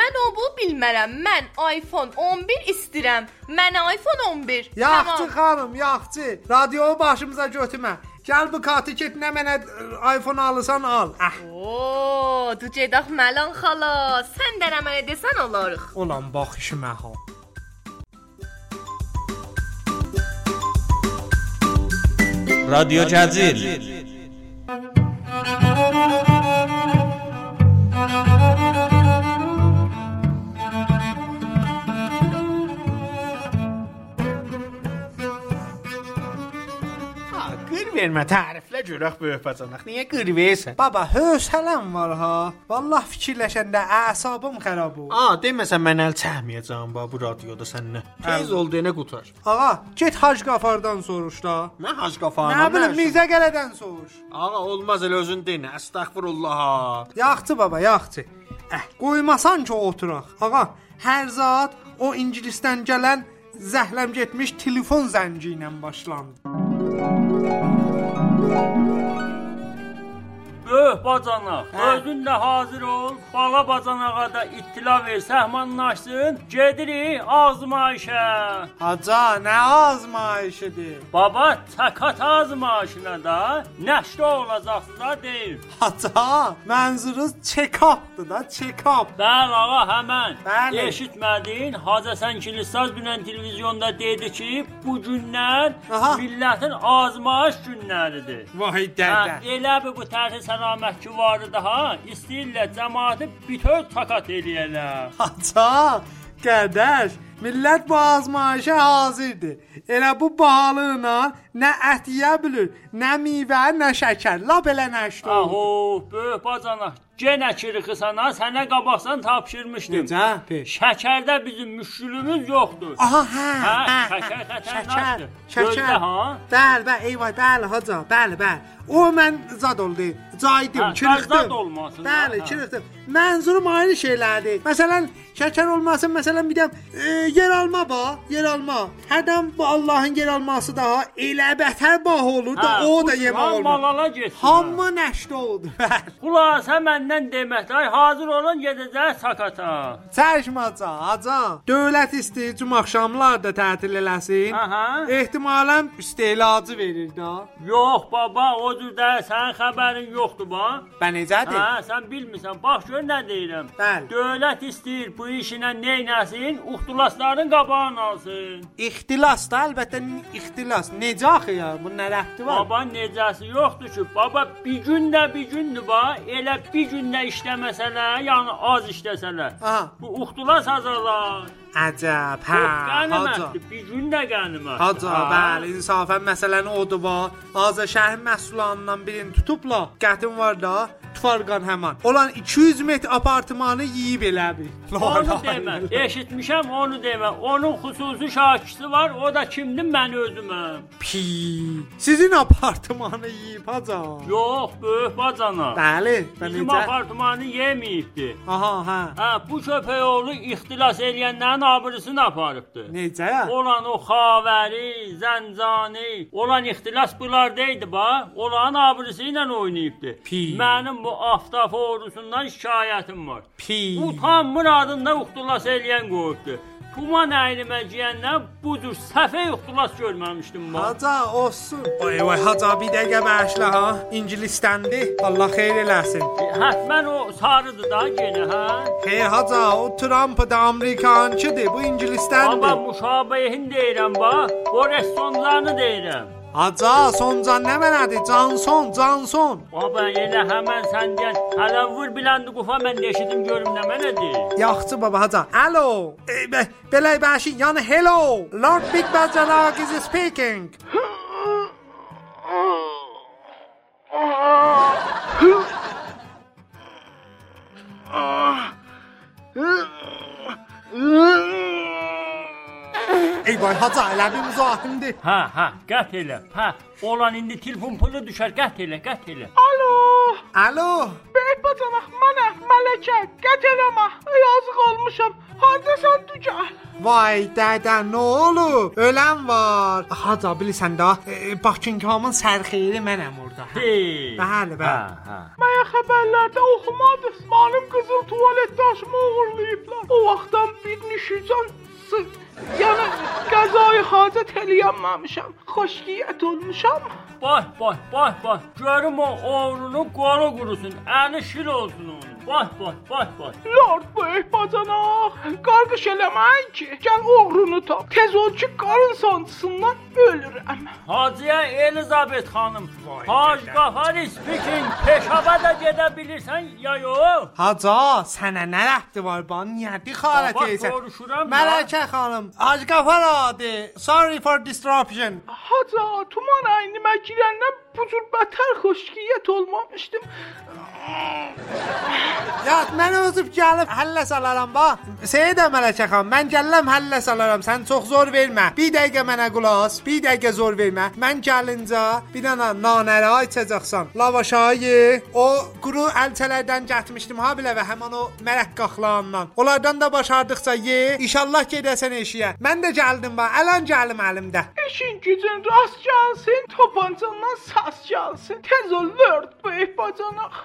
S7: Mən o bu bilmərəm. Mən iPhone 11 istəyirəm. Mən iPhone 11.
S3: Yaxçı xanım, yaxçı. Radioyu başımıza götürmə. Gəl bu kartı get nə mənə ə, iPhone alırsan al. Ah,
S7: Oo, tu gedək Məlan xala. Sən də mənə desən olarıq.
S3: olan bax işimə ha.
S5: رادیو جزیل
S2: Ha, qır vermə, təriflə görək böhbəcanaq. Niyə qır versən?
S3: Baba, hövsələm var ha. Vallah fikirləşəndə əsabım xarab olur.
S2: A, deməsən mən əl çəkməyəcəm bax bu radioda səninlə. Tez ol denə qutar.
S3: Ağa, get Hacı Qafardan soruş da.
S2: Mən hac qafanı.
S3: Nə bilim Mirzə Gələdən soruş.
S2: Ağa olmaz elə özün denə. Əstəğfirullah.
S3: Yaxçı baba, yaxçı. Əh, qoymasan ki oturaq. Ağa, hər zat o ingilisdən gələn zəhləm getmiş telefon zəngi ilə başlandı.
S8: öh bacanaq.
S3: Hə.
S8: Özün də hazır ol. Bala bacanağa da ittila ver, səhmanlaşsın. Gedirik azmaşa.
S3: Haca ne azmayışıdır.
S8: Baba çakat azmaşına da nəşdə olacaqsınız da deyir.
S3: Haca mənzuruz check-up'dı da check-up.
S8: Bəli ağa, həmən.
S3: Bəli.
S8: Eşitmədin? Hacı Sənkillisaz dünən televizyonda dedi ki, bu günlər
S3: Aha.
S8: millətin azmaş günləridir.
S2: Vay
S8: Hə, elə bir bu tərzi səlamət ki vardı daha, istəyirlər cəmaatı bütöv takat eləyərlər.
S3: Haca kardeş millet bu azmayışa hazırdır. Elə bu bahalığına nə ət yiyə bilir, nə meyvə, nə şəkər. La belə nəşd olur.
S8: Aho, böyük bacana, genə kirixi sana, sənə qabaqsan tapşırmışdım.
S3: Necə? Peş.
S8: Şəkərdə bizim müşkülümüz yoxdur.
S3: Aha, hə,
S8: Hə,
S3: hə,
S8: şəkər
S3: hə,
S8: xətərnaşdır. Gözlə,
S3: şəkər.
S8: ha?
S3: Bəli, bəli, eyvay, bəli, haca, bəli, bəli. O mən zad oldu, caydım,
S8: Hə,
S3: kirixdim.
S8: zad olmasın,
S3: Bəli,
S8: hə.
S3: kirixdim. Mənzurum ayrı şeylərdir. Məsələn, şəkər olmasın, məsələn, bir də e, yer alma ba, yer alma. Hədəm bu Allahın yer alması daha elə bətər bah olur da, o da yemək olmur.
S8: Malala getsin.
S3: Hamı nəşd oldu.
S8: Xülasə məndən deməkdir, hazır olun gedəcək sakata.
S3: Çəkməca, haca. Dövlət istəyir cum axşamlar da tətil eləsin.
S8: Aha.
S3: Ehtimalən istehlacı verir də.
S8: Yox baba, o cür deyil, sənin xəbərin yoxdur ba.
S3: Bə necədir?
S8: Hə, sən bilmirsən. Bax gör nə deyirəm.
S3: Bəli.
S8: Dövlət istəyir bu işinə neynəsin? Uxtulasların qabağını alsın.
S3: İxtilas da əlbəttə n- ixtilas. Necə axı ya? Bu nə rəbti var?
S8: Baba necəsi yoxdur ki, baba bir gün də bir gündür va, elə bir gün də işləməsələr, yəni az işləsələr.
S3: Aha.
S8: Bu uxtulas azalar.
S3: Əcəb, hə. Haca.
S8: Qənimətdir, bir gün də qənimətdir.
S3: Haca, bəli, insafən məsələn odur va. Azər şəhər məhsullarından birini tutubla. Qətim var da, tufarqan həman. Olan 200 metr apartmanı yeyib elə bir.
S8: Onu demə, eşitmişəm onu demə. Onun xüsusi şahisi var, o da kimdir mən özüməm.
S3: Pi. Sizin apartmanı yeyib haca.
S8: Yox, böyük bacana.
S3: Bəli,
S8: Bizim
S3: bəli.
S8: apartmanı yeməyibdi.
S3: Aha, hə.
S8: Hə, bu köpəyoğlu ixtilas eləyənlərin abırısını aparıbdı.
S3: Necə ya?
S8: Olan o xavəri, zəncani, olan ixtilas bunlarda idi ba, olan abırısı ilə oynayıbdı.
S3: Pi.
S8: Mənim bu aftafa ordusundan şikayətim var.
S3: Pi.
S8: Utanmır adında uxtulas eləyən qoyubdu. Tuman əynimə giyəndən bu cür səfə uxtulas görməmişdim mən.
S3: Haca olsun. Vay vay haca bir dəqiqə bağışla ha. İngilisdəndi. Allah xeyir eləsin.
S8: Həttən Hə, o sarıdır da yenə, hə?
S3: Hey haca o Trump da Amerikançıdır. Bu
S8: Amma
S3: İngilisdəndir.
S8: müşabihin deyirəm bax, o rəssamlarını deyirəm.
S3: Haca soncan nə mənədir? Johnson, Johnson.
S8: Baba elə həmən sən deyən, hələ vur biləndi qufa mən də eşidim görüm nə mənə deyir.
S3: Yaxşı baba haca. Alo. E, be- Belə bəşin yani hello. Lord Big Bajanaq is speaking. Ey vay haca elə bir müzahimdir.
S8: Hə, hə, qət elə. Hə, olan indi telefon pulu düşər, qət elə, qət elə.
S3: Alo.
S9: Böyük bacanaq mənəm, mələkə, qət eləmə. Yazıq olmuşam. Hardasan dücə?
S3: Vay dədə nə olub? Ölən var. Haca bilirsən də e, Bakınkamın sərxeyiri mənəm orada.
S8: Hey.
S3: Bəli, bəli.
S8: hə.
S9: Maya xəbərlərdə oxumadınız. Mənim qızıl tualet daşımı oğurlayıblar. O vaxtdan bir nüşücan sı- Yəni qəzayı hacət eləyəməmişəm. Xoşgiyyət olmuşam.
S8: Bax, bax, bax, bax. Görüm o oğrunu qolu qurusun, əli şil olsun onun. Bax, bax, bax, bax.
S9: Lord böyük bacanaq. Qarqış eləməyin ki, gəl oğrunu tap. Tez ol ki, qarın sancısından ölürəm.
S8: Hacıya Elizabet xanım, Hac Qafar speaking, Peşava da gedə bilirsən ya yox?
S3: Haca, sənə nə rəhti var ba? Niyə dixarət
S8: Baba,
S3: edirsən?
S8: soruşuram da.
S3: Mələkə xanım, Acqafar adı. Sorry for disruption.
S9: Haca tuman əynimə girəndə bu cür bətər xoşgiyyət olmamışdım.
S3: Yox, mən özüm gəlib həllə salaram bax. Seyid Mələkə xan, mən gəlləm həllə salaram. Sən çox zor vermə. Bir dəqiqə mənə qulaq as. Bir dəqiqə zor vermə. Mən gəlincə bir dənə nanərə içəcəksən. Lavaşayı, o quru əlçələrdən gətmişdim ha bilə və həmin o mərək qaxlanından. Onlardan da başardıqca ye. İnşallah gedəsən eşiyə. Mən də gəldim bax. Əlan gəlim əlimdə.
S9: İşin gücün rast gelsin, tabancandan sas gelsin. Tez ol lord bey bacanak.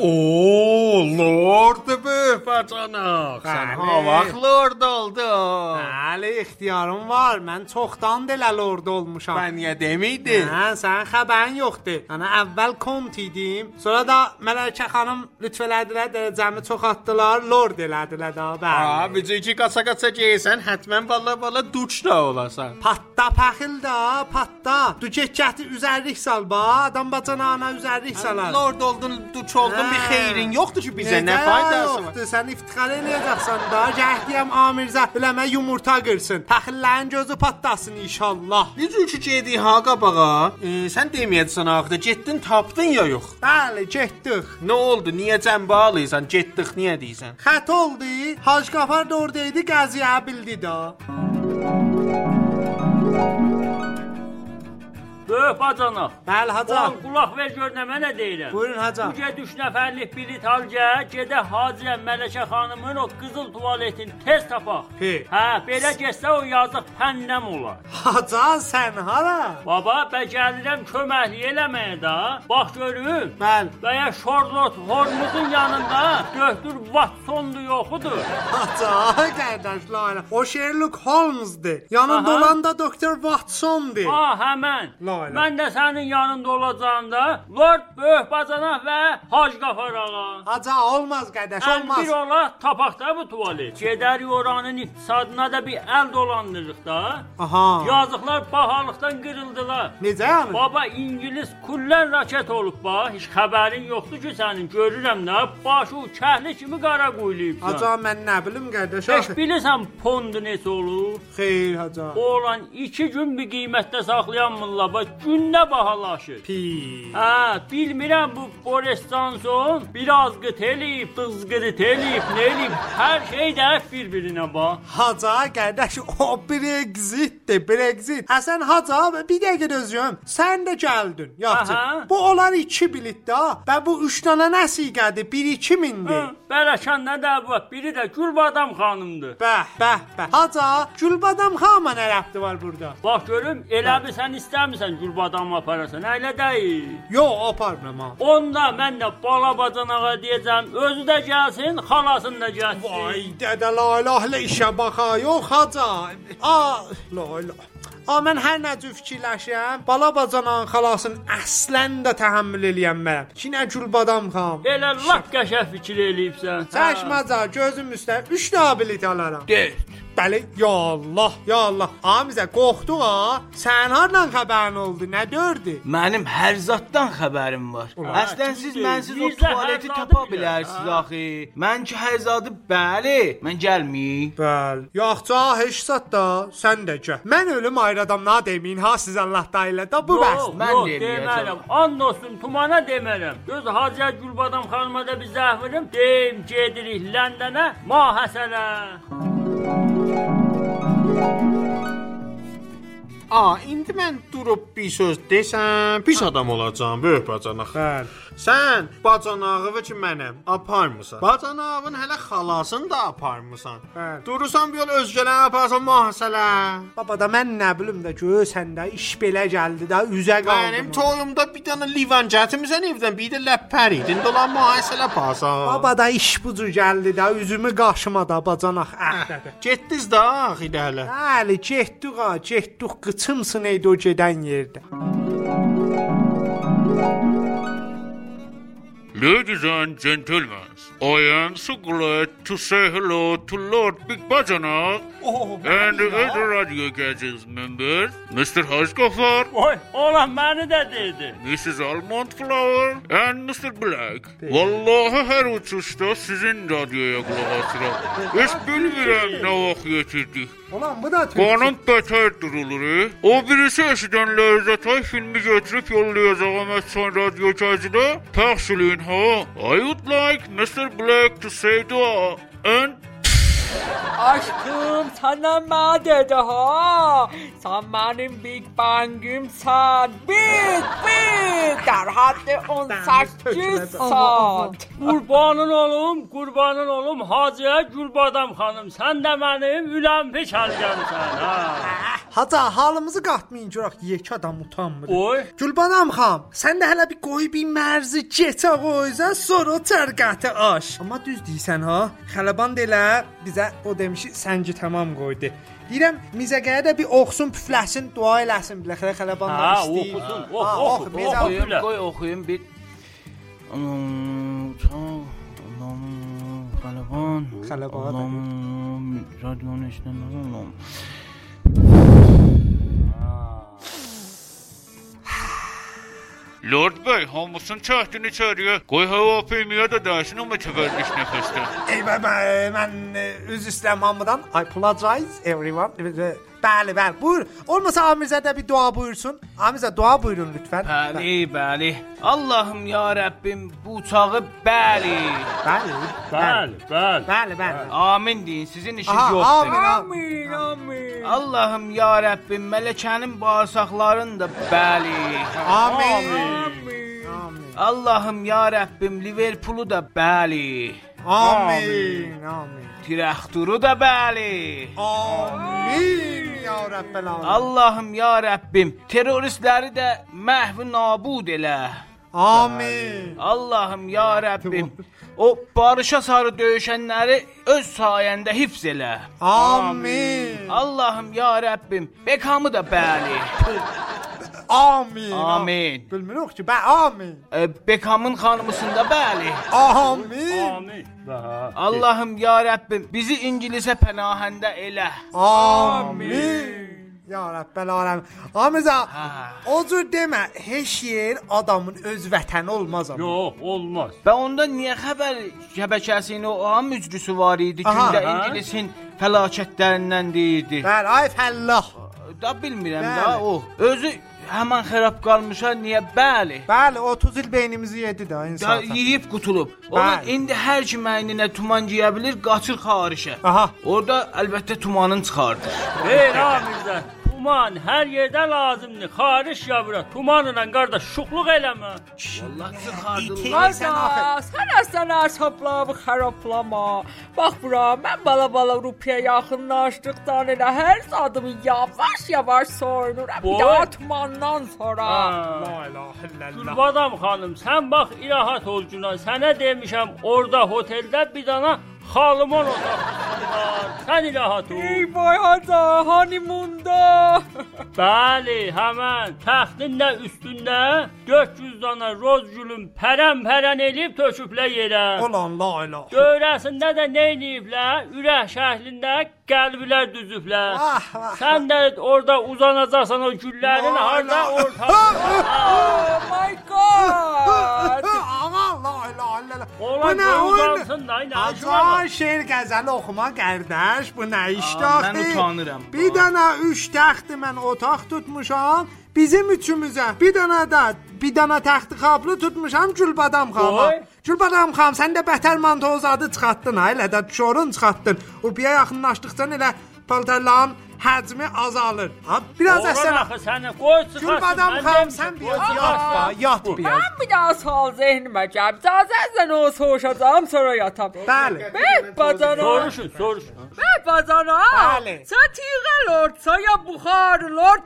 S2: Oo, Lord Böfacanaq. Sən
S3: Bəli.
S2: ha vaxt Lord oldun.
S3: Bəli, ixtiyarım var. Mən çoxdan deləl orada olmuşam.
S2: Mən niyə demiydin?
S3: Hə, sənin xəbərin yoxdur. Yəni əvvəl kont idim, sonra da Mələkə xanım lütf elədilər, dərəcəmi çoxaltdılar, lord elədilər da bəli.
S2: Abi, iki qaça qaça geysən, hətmən balla balla duçda olasan.
S3: Patta paxıl da, patta. Du get gəti üzərlik sal ba, adam bacanağına üzərlik salar.
S2: Hə, Lord oldun, duç oldun,
S3: Hə.
S2: bir xeyrin yoxdur ki bizə nə faydası var?
S3: yoxdur? Sən iftixar eləyəcəksən da, gəhdiyəm Amirzə biləmə yumurta qırsın. Paxılların gözü patlasın inşallah.
S2: Necə ki gedik ha qabağa? E, sən deməyəcəksən axırda getdin, tapdın ya yox?
S3: Bəli, getdik.
S2: Nə oldu? Niyə cəmbə alırsan? Getdik niyə deyirsən?
S3: Xət oldu. Hacı Qafar da oradaydı, qəziyə bildi da.
S8: Böyük Öh, bacanaq.
S3: Bəli Hacı.
S8: Oğul qulaq ver gör nə mənə deyirəm.
S3: Buyurun Hacı.
S8: Bu ged 3 nəfərlik bilet al gəl, gedə Hacıya Mələkə xanımın o qızıl tualetini tez tapaq.
S3: He.
S8: Hə, belə getsə o yazıq pənnəm olar.
S3: Hacı sən hara?
S8: Baba, bə gəlirəm köməklik eləməyə də. Bax görüm.
S3: Bəli.
S8: Bəyə Şorlot Hormuzun yanında döktür Watsondu yoxudur.
S3: Hacı qardaşlar. O Sherlock Holmes'di. Yanında
S8: Aha. Ah.
S3: olan da Doktor Watson'di.
S8: Ha, həmən.
S3: La ilə.
S8: Mən də sənin yanında olacağımda Lord Böyük Bacanaq və Hac Qafar ağa.
S3: Hacı olmaz qardaş, olmaz.
S8: Bir ola tapaqda bu tuvalet. Gedərik oranın iqtisadına da bir əl dolandırırıq da.
S3: Aha.
S8: Yazıqlar bahalıqdan qırıldılar.
S3: Necə yəni?
S8: Baba İngilis kullan raket olub ba. Heç xəbərin yoxdur ki sənin. Görürəm də başı o kəhli kimi qara quyuluyubsan.
S3: Hacı mən nə bilim ah. qardaş.
S8: Heç
S3: axı.
S8: bilirsən pondu necə olur?
S3: Xeyr Hacı.
S8: Oğlan iki gün bir qiymətdə saxlayanmırlar. Bax gündə bahalaşır.
S3: Pi.
S8: Hə, bilmirəm bu Boris Johnson biraz qıt eləyib, dız qıt eləyib, nə eləyib, hər şey də bir-birinə bax.
S3: Hacı qardaş o Brexit'di, Brexit. Ha sen Hacı abi bir dakika özüyorum. Sen de geldin yaptın.
S8: Aha.
S3: Bu olan iki bilet daha. Ben bu üç tane nasıl geldi? Bir iki mindi.
S8: Hı, Bərəkən nə də var, biri də Gürbadam xanımdır.
S3: Bəh, bəh, bəh. Hacı, Gülbadam xama nə rəbti var burada?
S8: Bax görüm, elə bir sən istəmirsən Gürbadamı aparasan, elə deyil.
S3: Yo, aparmam ha.
S8: Onda mən də bala bacanağa deyəcəm, özü də gəlsin, xalasın da gəlsin.
S3: Vay, dədə la ilahe ilə işə baxa. Yox, Hacı. A, la ilahe. A mən hər nə cür fikirləşirəm, bala bacanağın xalasını əslən də təhəmmül eləyəm mən. Ki nə Gülbadam xam.
S8: Elə lap qəşəng fikir eləyibsən.
S3: Çəkməca gözüm üstə 3 dənə bilet alaram.
S2: Dörd.
S3: Bəli, ya Allah, ya Allah. Amizə qorxdu ha. Sən hardan xəbərin oldu? Nə dördü?
S5: Mənim hər zatdan xəbərim var. Əslən siz
S8: kimdir?
S5: mənsiz o
S8: Mirzə
S5: tualeti
S8: Hərzadı
S5: tapa
S8: bilər,
S5: bilərsiniz
S8: ha?
S5: axı. Mən ki Hərzadı bəli, mən gəlməyim.
S3: Bəli. Yoxca heşsat da, sən də gəl. Mən ölüm ayrı adamla deməyin ha siz Allah dailə də bu bəs.
S8: Yox,
S5: mən
S8: yox,
S5: deməyəcəm.
S8: demərəm. And olsun tumana demərəm. Göz Hacıya Gülbadam xanıma da bir zəhvirim. Deyim gedirik Ləndənə, Mahəsənə.
S2: A, indi mən durub bir söz desəm, pis adam olacam, böyük bacanaq.
S3: Bəli.
S2: Sən bacanağı ki mənəm, aparmısan. Bacanağın hələ xalasını da aparmısan.
S3: Bəli.
S2: Durursan bir yol özgələri aparsan mühasələ.
S3: Hə. Baba da mən nə bilim də gör səndə iş belə gəldi də üzə qaldı.
S2: Mənim toyumda bir dənə livan gətirmisən evdən, bir də ləppər idin, dolan mühasələ aparsan.
S3: Baba da iş bu cür gəldi də üzümü qaşıma da bacanaq əhdə.
S2: Getdiniz də axı də hələ.
S3: Bəli, getdik ha, getdik qıçımsın eydi o gedən yerdə.
S10: Ladies and gentlemen, I am so glad to say hello to Lord Big Bajanak and other Radio Gadgets members, Mr. Hajgafar,
S8: Oy, oğlan məni də dedi.
S10: Mrs. Almond Flower and Mr. Black. Vallahi her uçuşta sizin radyoya kulak asıram. Hiç bilmirəm nə vaxt yetirdik.
S3: Ulan bu da Türkçe.
S10: Qanun bətər durulur. O birisi eşidənlər Zatay filmi götürüb yollayacağam Ətsan radyo kəcinə. Pəxş eləyin ha. I would like Mr. Black to say to and
S11: Aşkım sana mı dedi ha? Sen benim Big Bang'ımsan. Big Big der haddi 18 saat.
S8: Qurbanın olum, qurbanın olum Hacıya Gürbadam xanım, sən də mənim üləmpi kəlgənsən ha.
S3: Haca halımızı qatmayın görək yek adam utanmır.
S8: Oy.
S3: Gülbanam xam, sən də hələ bir qoy bir mərzi getə qoysan, sonra tərqətə aş. Amma düz deyirsən ha. Xələban delə bizə o demişi sənci tamam qoydu. Deyirəm mizəqəyə də bir oxsun, püfləsin, dua eləsin bilə xələ xələbandan
S5: Ha,
S3: istəyir.
S5: oxusun,
S3: Ha,
S9: Oh,
S5: ox,
S3: oxu,
S5: oxu,
S3: mizə-
S5: oxuyum, qoy oxuyum bir. Hmm, çal, Allahım, Xələban.
S3: Xələban.
S5: Allahım, Radyonu işləmən Allahım.
S10: Lord Bey, hamısın çəhdini içəriyə. Qoy hava peymiyə də dəysin o mütəvəzziş nəfəsdən.
S3: Ey bə- bə- mən e, üz istəyirəm hamıdan. I apologize everyone. E, Bəli, bəli. Buyur. Olmasa Amirzədə bir dua buyursun. Amirzə dua buyurun lütfən.
S5: Bəli, bəli. Allahım ya Rəbbim, bu uçağı bəli.
S3: Bəli.
S8: Bəli, bəli.
S3: Bəli, bəli.
S5: Amin
S9: oh,
S5: deyin, sizin işiniz
S3: Aha,
S5: yoxdur.
S3: amin, amin.
S11: Amin.
S5: Allahım ya Rəbbim, mələkənin bağırsaqlarını da bəli.
S3: Amin.
S5: Allahım ya Rəbbim, Liverpoolu da bəli.
S3: Amin. Amin.
S5: Tiraxturu da bəli.
S3: Amin. Ya Rabbel Amin.
S5: Allahım ya Rəbbim, terroristləri də məhv nabud elə.
S3: Amin.
S5: Allahım ya Rəbbim, o barışa sarı döyüşənləri öz sayəndə hifz elə.
S3: Amin.
S5: Allahım ya Rəbbim, Bekamı da bəli.
S3: Amin.
S5: Amin.
S3: Bilmirik ki, ben amin.
S5: E, Bekamın xanımısında bəli.
S3: Amin.
S8: Amin. Bəli.
S5: Allahım ya Rəbbim, bizi İngilisə pənahəndə elə.
S3: Amin. Ya Rabbel Alem. Amiza,
S9: Ah.
S3: o cür deme. Heç yer adamın öz vətəni olmaz ama.
S8: Yox, olmaz.
S5: Və onda niyə xəbər şəbəkəsinin o am mücrüsü var idi,
S3: Aha.
S5: gündə İngilisin fəlakətlərindən deyirdi.
S3: Bəli, ay fəllah.
S5: Da bilmirəm
S3: Bəli.
S5: da o. Özü həmin xərab qalmışa niyə bəli?
S3: Bəli, 30 il beynimizi yedi də
S5: Da
S3: insan.
S5: yeyib qutulub. Onun indi hər kim əyninə tuman geyə bilir, qaçır xarişə.
S3: Aha.
S5: Orda əlbəttə tumanın çıxardır.
S8: Xeyr Amirzə. Tuman hər yerdə lazımdır. Xariş ya bura. Tumanla qardaş şuqluq eləmə.
S5: Vallahi çıxardılar.
S3: Sən axı.
S11: Qardaş, sən əslən əsablamı xarablama. Bax bura, mən bala-bala Rupiyə yaxınlaşdıqdan elə hər adımı yavaş-yavaş soyunuram. Bir
S8: Oy.
S11: də atmandan sonra.
S8: La ilahe illallah. Gürbadam xanım, sən bax ilahat olcuna. Sənə demişəm, orada hoteldə bir dana xalımon otağı var. Sən ilahat ol.
S11: Ey vay hada, hanimunda.
S8: Bəli, həmən təxtin də üstündə 400 dana roz gülün pərən-pərən elib töküblə yerə.
S3: Olan la ilah.
S8: Dövrəsində də nə eləyiblər? Ürək şəhlində qəlblər düzüblər.
S3: Ah, ah,
S8: Sən də orada uzanacaqsan o güllərin
S3: La
S8: harda
S3: ilahe-
S8: ortasında.
S11: Oh my god.
S3: Aman la ilahe illallah.
S8: Olan
S3: Bu nə oyun?
S8: uzansın da, nə
S3: Acan şeir qəzəli oxuma qardaş, bu nə işdi
S5: Aa,
S3: axı?
S5: mən utanıram.
S3: Bir dənə 3 taxtı mən otaq tutmuşam. Bizim üçümüzə bir dənə də bir dənə taxtı xablı tutmuşam Gülbadam xama.
S8: Oy.
S3: Gülbadam xam, sən də bətər mantoz adı çıxartdın ha, elə də şorun çıxartdın. Urbiyə yaxınlaşdıqca elə paltarların həcmi azalır. Ha, biraz
S8: Oğlan
S3: əsən.
S8: axı səni qoy çıxasın.
S3: Gülbadam
S8: mən
S3: xam,
S8: demişəm,
S3: sən bir
S8: qoy
S3: yat,
S8: çıxasın.
S3: yat, ba, yat bir yat.
S11: Ben bir daha sal zehnime geldi. Taze sen o soğuşacağım sonra yatam.
S3: Bəli.
S11: Bey bazana.
S8: Soruşun, soruşun.
S11: Bey bazana.
S3: Bəli.
S11: Sen tiğe lord. Sen ya buhar lord.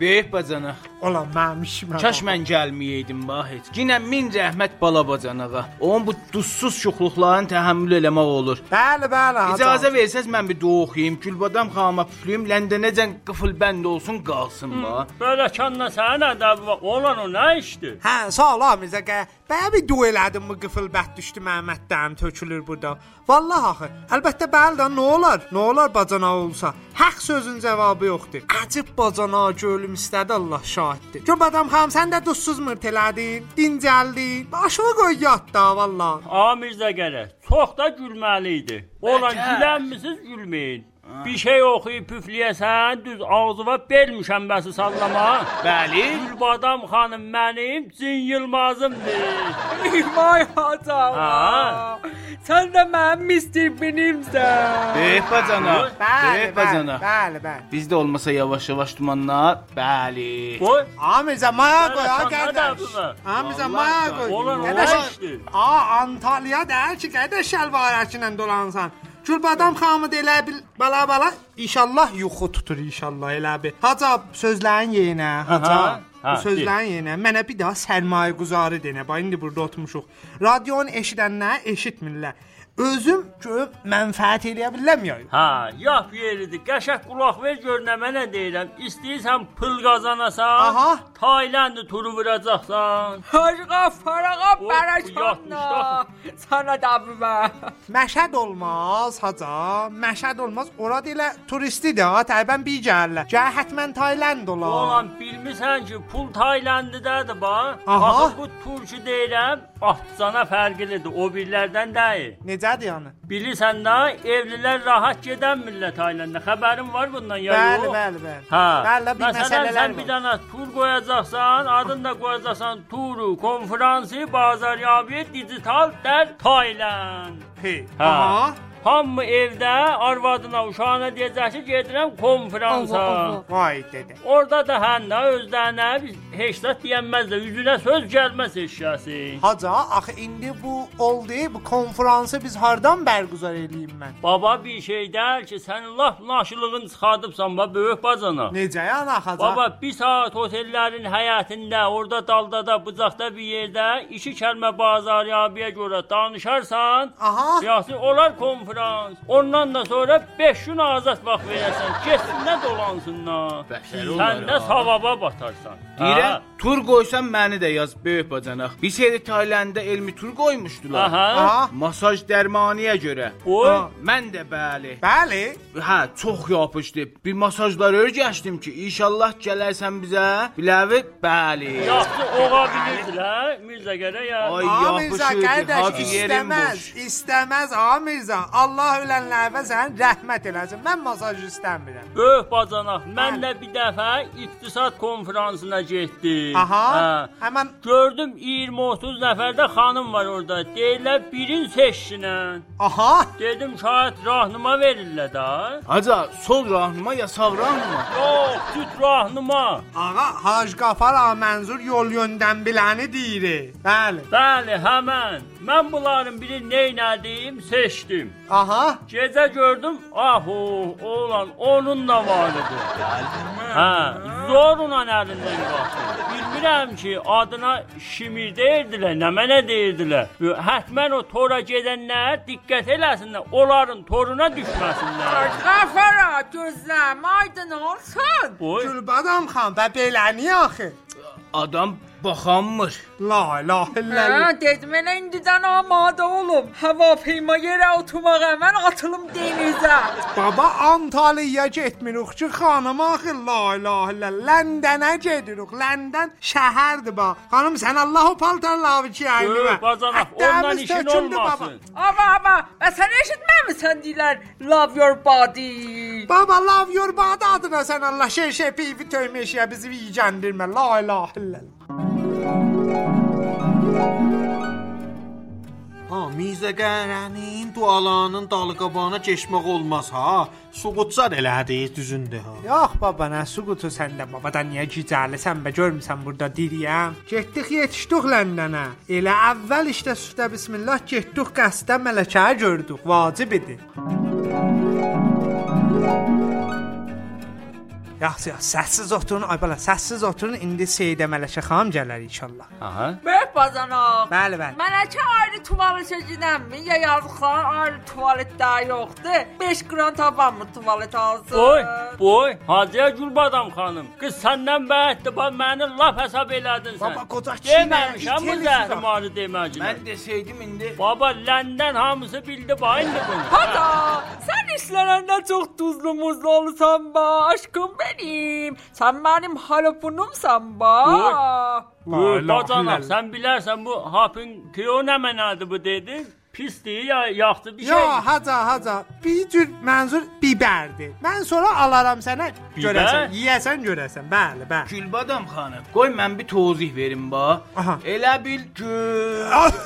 S5: Böyük bacanaq.
S3: Ola məmişmə.
S5: Kaş mən gəlməyəydim Vahid. Yenə min rəhmət bala bacanağa. Onun bu duzsuz şuxluqlarını təhəmmül eləmək olur.
S3: Bəli, bəli. Hacı.
S5: İcazə versəz mən bir dua oxuyum. Gülbadam xanıma püflüyüm. Ləndənəcən qıfıl bənd olsun qalsın va.
S8: Belə kanla sənin ədəbi var. Olan o nə işdir?
S3: Hə, sağ ol Mirzə qə. Bəyə bir duel elədim bu qıfılbət düşdü Məhəmməddən tökülür burada. Vallah axı. Əlbəttə bəli də nə olar? Nə olar bacana olsa? Haqq sözün cavabı yoxdur. Acıb bacana gölüm istədi Allah şahiddir. Gülbadam xanım sən də duzsuz mürt elədin, dincəldin. Başını qoy yat da vallah.
S8: Amirzə gələ. Çox da gülməli idi. Olan gülənmisiz gülməyin. Bir şey oxuyub püfləyəsən, düz ağzıva bel müşəmbəsi sallama.
S5: Bəli.
S8: Gülbadam xanım mənim cin yılmazımdır.
S11: Vay hata.
S8: Ha.
S11: Sən də mənim Mr. Benimsən.
S5: Böyük bacanaq.
S3: Bəli,
S5: Böyük
S3: bəli,
S5: bacanaq.
S3: bəli, bəli.
S5: Biz də olmasa yavaş-yavaş dumanlar. Bəli.
S8: Qoy.
S3: Amirzə maya qoy, ha
S8: Sən
S3: qardaş.
S8: ədəbi var.
S3: Amirzə
S5: Vallahi
S3: maya
S5: da,
S3: qoy.
S8: Olan o nə
S3: Qardaş,
S8: işdir?
S3: A Antalya deyir ki, qədər şalvarəçinlə dolansan. Gülbadam xanımı da elə bil bala bala inşallah yuxu tutur inşallah elə bil. Haca sözlərin yenə, haca.
S8: Aha,
S3: Bu
S8: ha,
S3: sözlərin yenə mənə bir daha sərmayə quzarı denə. Bax indi burada oturmuşuq. Radionu eşidənlər eşitmirlər. Özüm görüb mənfəət eləyə bilmirəm.
S8: Ha, yap yeridir. Qəşəng qulaq ver gör nə mənə deyirəm. İstəyirsən pul qazanasan,
S3: Aha.
S8: Tayland turu vuracaqsan.
S11: Aşqa farağa
S8: Oy,
S11: bərəkatla.
S8: yatmışdı.
S11: Sana da bu var.
S3: Məşəd olmaz, haca. Məşəd olmaz. Ora da elə turistidir, ha, təbən bir gəlirlər. Gəl hətmən Tayland olar.
S8: Oğlan bilmirsən ki, pul Taylanddadır bax.
S3: Aha.
S8: Axı bu turşu deyirəm, atcana fərqlidir. O birlərdən deyil.
S3: Necədir yəni?
S8: Bilirsən də evlilər rahat gedən millət Taylanda. Xəbərin var bundan ya
S3: Bəli,
S8: yox?
S3: bəli, bəli.
S8: Ha.
S3: Bəli, bir
S8: Məsələn, sən
S3: məsələlər
S8: bir
S3: var.
S8: dənə tur qoyacaqsan, adını da qoyacaqsan turu, konfransı, bazaryabi, digital dər Tayland.
S3: Hey.
S8: Ha.
S3: Aha.
S8: Hamı evdə arvadına, uşağına deyəcək ki, gedirəm konfransa.
S6: Allah, Allah.
S3: Vay dedə.
S8: Orada da həndə özlərinə bir heç də deyənməzlər, üzünə söz gəlməz eşyası.
S3: Haca, axı indi bu oldu, bu konfransı biz hardan bərqüzar eləyim mən?
S8: Baba bir şey deyil ki, sən laf naşılığın çıxardıbsan ba böyük bacana.
S3: Necə yəni axı? Haca?
S8: Baba bir saat otellərin həyətində, orada daldada, bucaqda bir yerdə iki kəlmə bazaryabiyə görə danışarsan,
S3: Aha.
S8: siyasi olar konfrans. Ondan da sonra 5 gün azad vaxt verəsən, getsinlər dolansınlar.
S5: Bəşəri
S8: Sən də savaba batarsan.
S5: Deyirəm,
S8: Ha.
S5: tur qoysan məni də yaz böyük bacanaq. Bir şeydə Taylandda elmi tur qoymuşdular.
S8: Aha.
S5: Masaj dərmaniyə görə.
S8: Oy.
S5: Ha, Mən də bəli.
S3: Bəli.
S5: Hə, çox yapışdı. Bir masajlar öyrəşdim ki, inşallah gələrsən bizə. Biləvi, bəli.
S8: Yaxşı oğa bilirdilər, Mirzə gələ ya.
S5: Ay
S3: Amirzə
S5: yapışırdı.
S3: qardaş
S5: Hacı yerim
S3: istəməz,
S5: boş.
S3: istəməz Amirzə. Allah ölənlərə sən rəhmət eləsin. Mən masaj istəmirəm.
S8: Böyük Öh, bacanaq, mənlə bir dəfə iqtisad konfransına getdik.
S3: Aha.
S8: Hə.
S3: Həmən
S8: Gördüm 20-30 nəfər də xanım var orada. Deyirlər birin seçsinə.
S3: aha.
S8: Dedim şahid rahnıma verirlər da.
S5: Aca, sol rahnıma ya sağ rahnıma?
S8: Yox, cüt rahnıma.
S3: Ağa Hacı Qafar ağa Mənzur yol yöndən biləni deyir. Bəli.
S8: Bəli, həmən. Mən bunların biri neynədim, seçdim.
S3: Aha.
S8: Gecə gördüm, ahu, oğlan onun da var idi. Hə, zorla əlindən qaçdı. Bilmirəm ki, adına şimir deyirdilər, nə mənə deyirdilər. Bu, Hətmən o tora gedənlər diqqət eləsinlər, onların toruna düşməsinlər.
S11: Aşqa farağa gözlərim aydın olsun.
S8: Oy,
S3: Gülbadam xan və belə niyə axı?
S5: Adam baxanmır.
S3: La la
S11: Hə,
S3: illə.
S11: dedim elə indidən amada olum. Hava peyma yerə oturmağa mən atılım denizə.
S3: Baba Antalya getmirik ki xanım axı Ah, la la illə. Ləndənə gedirik. Ləndən şəhərdir bax. Xanım sən Allahu paltarlavı ki aylına.
S8: Öh, bacanaq, ondan işin olmasın.
S11: Ava ava, bəs sən eşitməmisən deyirlər love your body.
S3: Baba love your body adına sən Allah şey şey pivi töymüşə bizi yiyəndirmə. La la illə.
S2: Ha, Mirzə Qərənin dualarının dalqabağına keçmək olmaz ha. Suqutsa elədi düzündür ha.
S3: Yox baba, nə suqutu səndə babadan niyə gicəlisən və görmüsən burada diriyəm? Getdik yetişdik Ləndənə. Elə əvvəl işdə süftə bismillah getdik qəsdə mələkəyə gördük. Vacib idi. Yaxşı, yaxşı. Səssiz oturun. Ay bala, səssiz oturun. İndi Seyid Mələkə xanım gələr inşallah.
S5: Aha.
S11: Böyük bacanaq.
S3: Bəli, bəli.
S11: Mələkə ayrı tuvalet çəkinəmmi? Ya yazıqların ayrı tuvaletdə yoxdur? 5 qran tabanmı tuvalet alsın?
S8: Boy, boy, Hacıya Gülbadam xanım. Qız səndən bəhətdir, bax məni laf hesab elədin sən.
S5: Baba, qoca kimə
S8: Deməmişəm bu
S5: itəlirsən?
S8: zəhrimarı deməcinə.
S5: Mən desəydim indi.
S8: Baba, ləndən hamısı bildi bax indi bunu.
S11: Hata! Sən işlərindən çox duzlu muzlu olsan ba, aşkım benim. Sən mənim halapunumsan ba.
S8: Oy.
S11: Vay,
S8: Buyur,
S11: la
S8: Bacanam,
S11: illallah.
S8: sən bilərsən bu hapın kyo nə mənadı bu dedin? Pisdir ya yaxdı bir şey.
S3: Yo, haca, haca. Bir cür mənzur bibərdir. Mən sonra alaram sənə
S5: Bibər?
S3: görəsən, yeyəsən görəsən. Bəli, bəli.
S5: Gülbadam xanım, qoy mən bir tozih verim ba. Elə bil göz.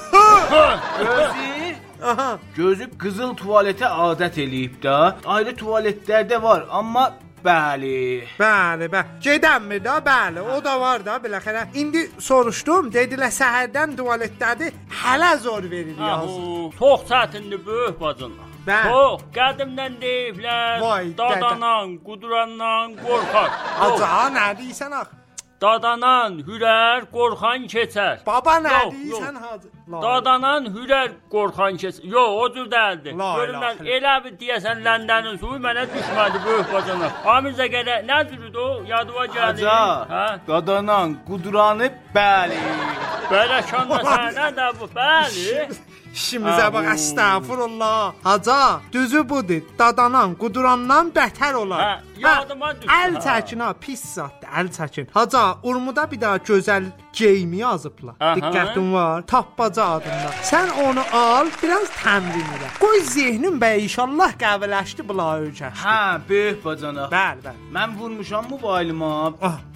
S5: Gözü.
S3: Aha.
S5: Gözü qızıl tualetə adət eləyib də. Ayrı tualetlərdə var, amma bəli.
S3: Bəli, bəli. Gedənmi də? Bəli, o da var da biləxərə. İndi soruşdum, dedilər səhərdən tualetdədir. Hələ zor verilir yazı.
S8: Ahu, çox çətindir böyük bacınlar.
S3: Bə-
S8: Çox qədimdən deyiblər,
S3: Vay, dədə.
S8: dadanan, qudurandan qorxar.
S3: Aca, nə deyirsən axı?
S8: Dadanan hürər, qorxan keçər.
S3: Baba nə
S8: Yox,
S3: deyirsən
S8: yox.
S3: hacı?
S8: Dadanan hürər, qorxan keçər. Yox, o cür dəldi.
S3: La
S8: Görürlər,
S3: ilahe
S8: elə bir deyəsən Ləndənin suyu mənə düşmədi böyük bacana. Amizə qədər nə cürüdü o? Hə, Yadıva gəldi.
S5: Aca, dadanan, quduranı bəli.
S8: Belə şanda səhnə də bu, bəli.
S3: İşimizə bax, əstəğfurullah. Haca, düzü budur. Dadanan, qudurandan bətər olar.
S8: Hə, yadıma düşdü.
S3: Əl çəkin ha, pis zaddır, əl çəkin. Haca, Urmuda bir daha gözəl geyimi yazıblar.
S8: Aha.
S3: Diqqətin var, tapbaca adında. Sən onu al, biraz təmrin elə. Qoy zehnin bəy inşallah qəviləşdi bula öyrəşdi.
S5: Hə, böyük bacanaq.
S3: Bəli, bəli. Oh.
S5: Mən vurmuşam mobilıma.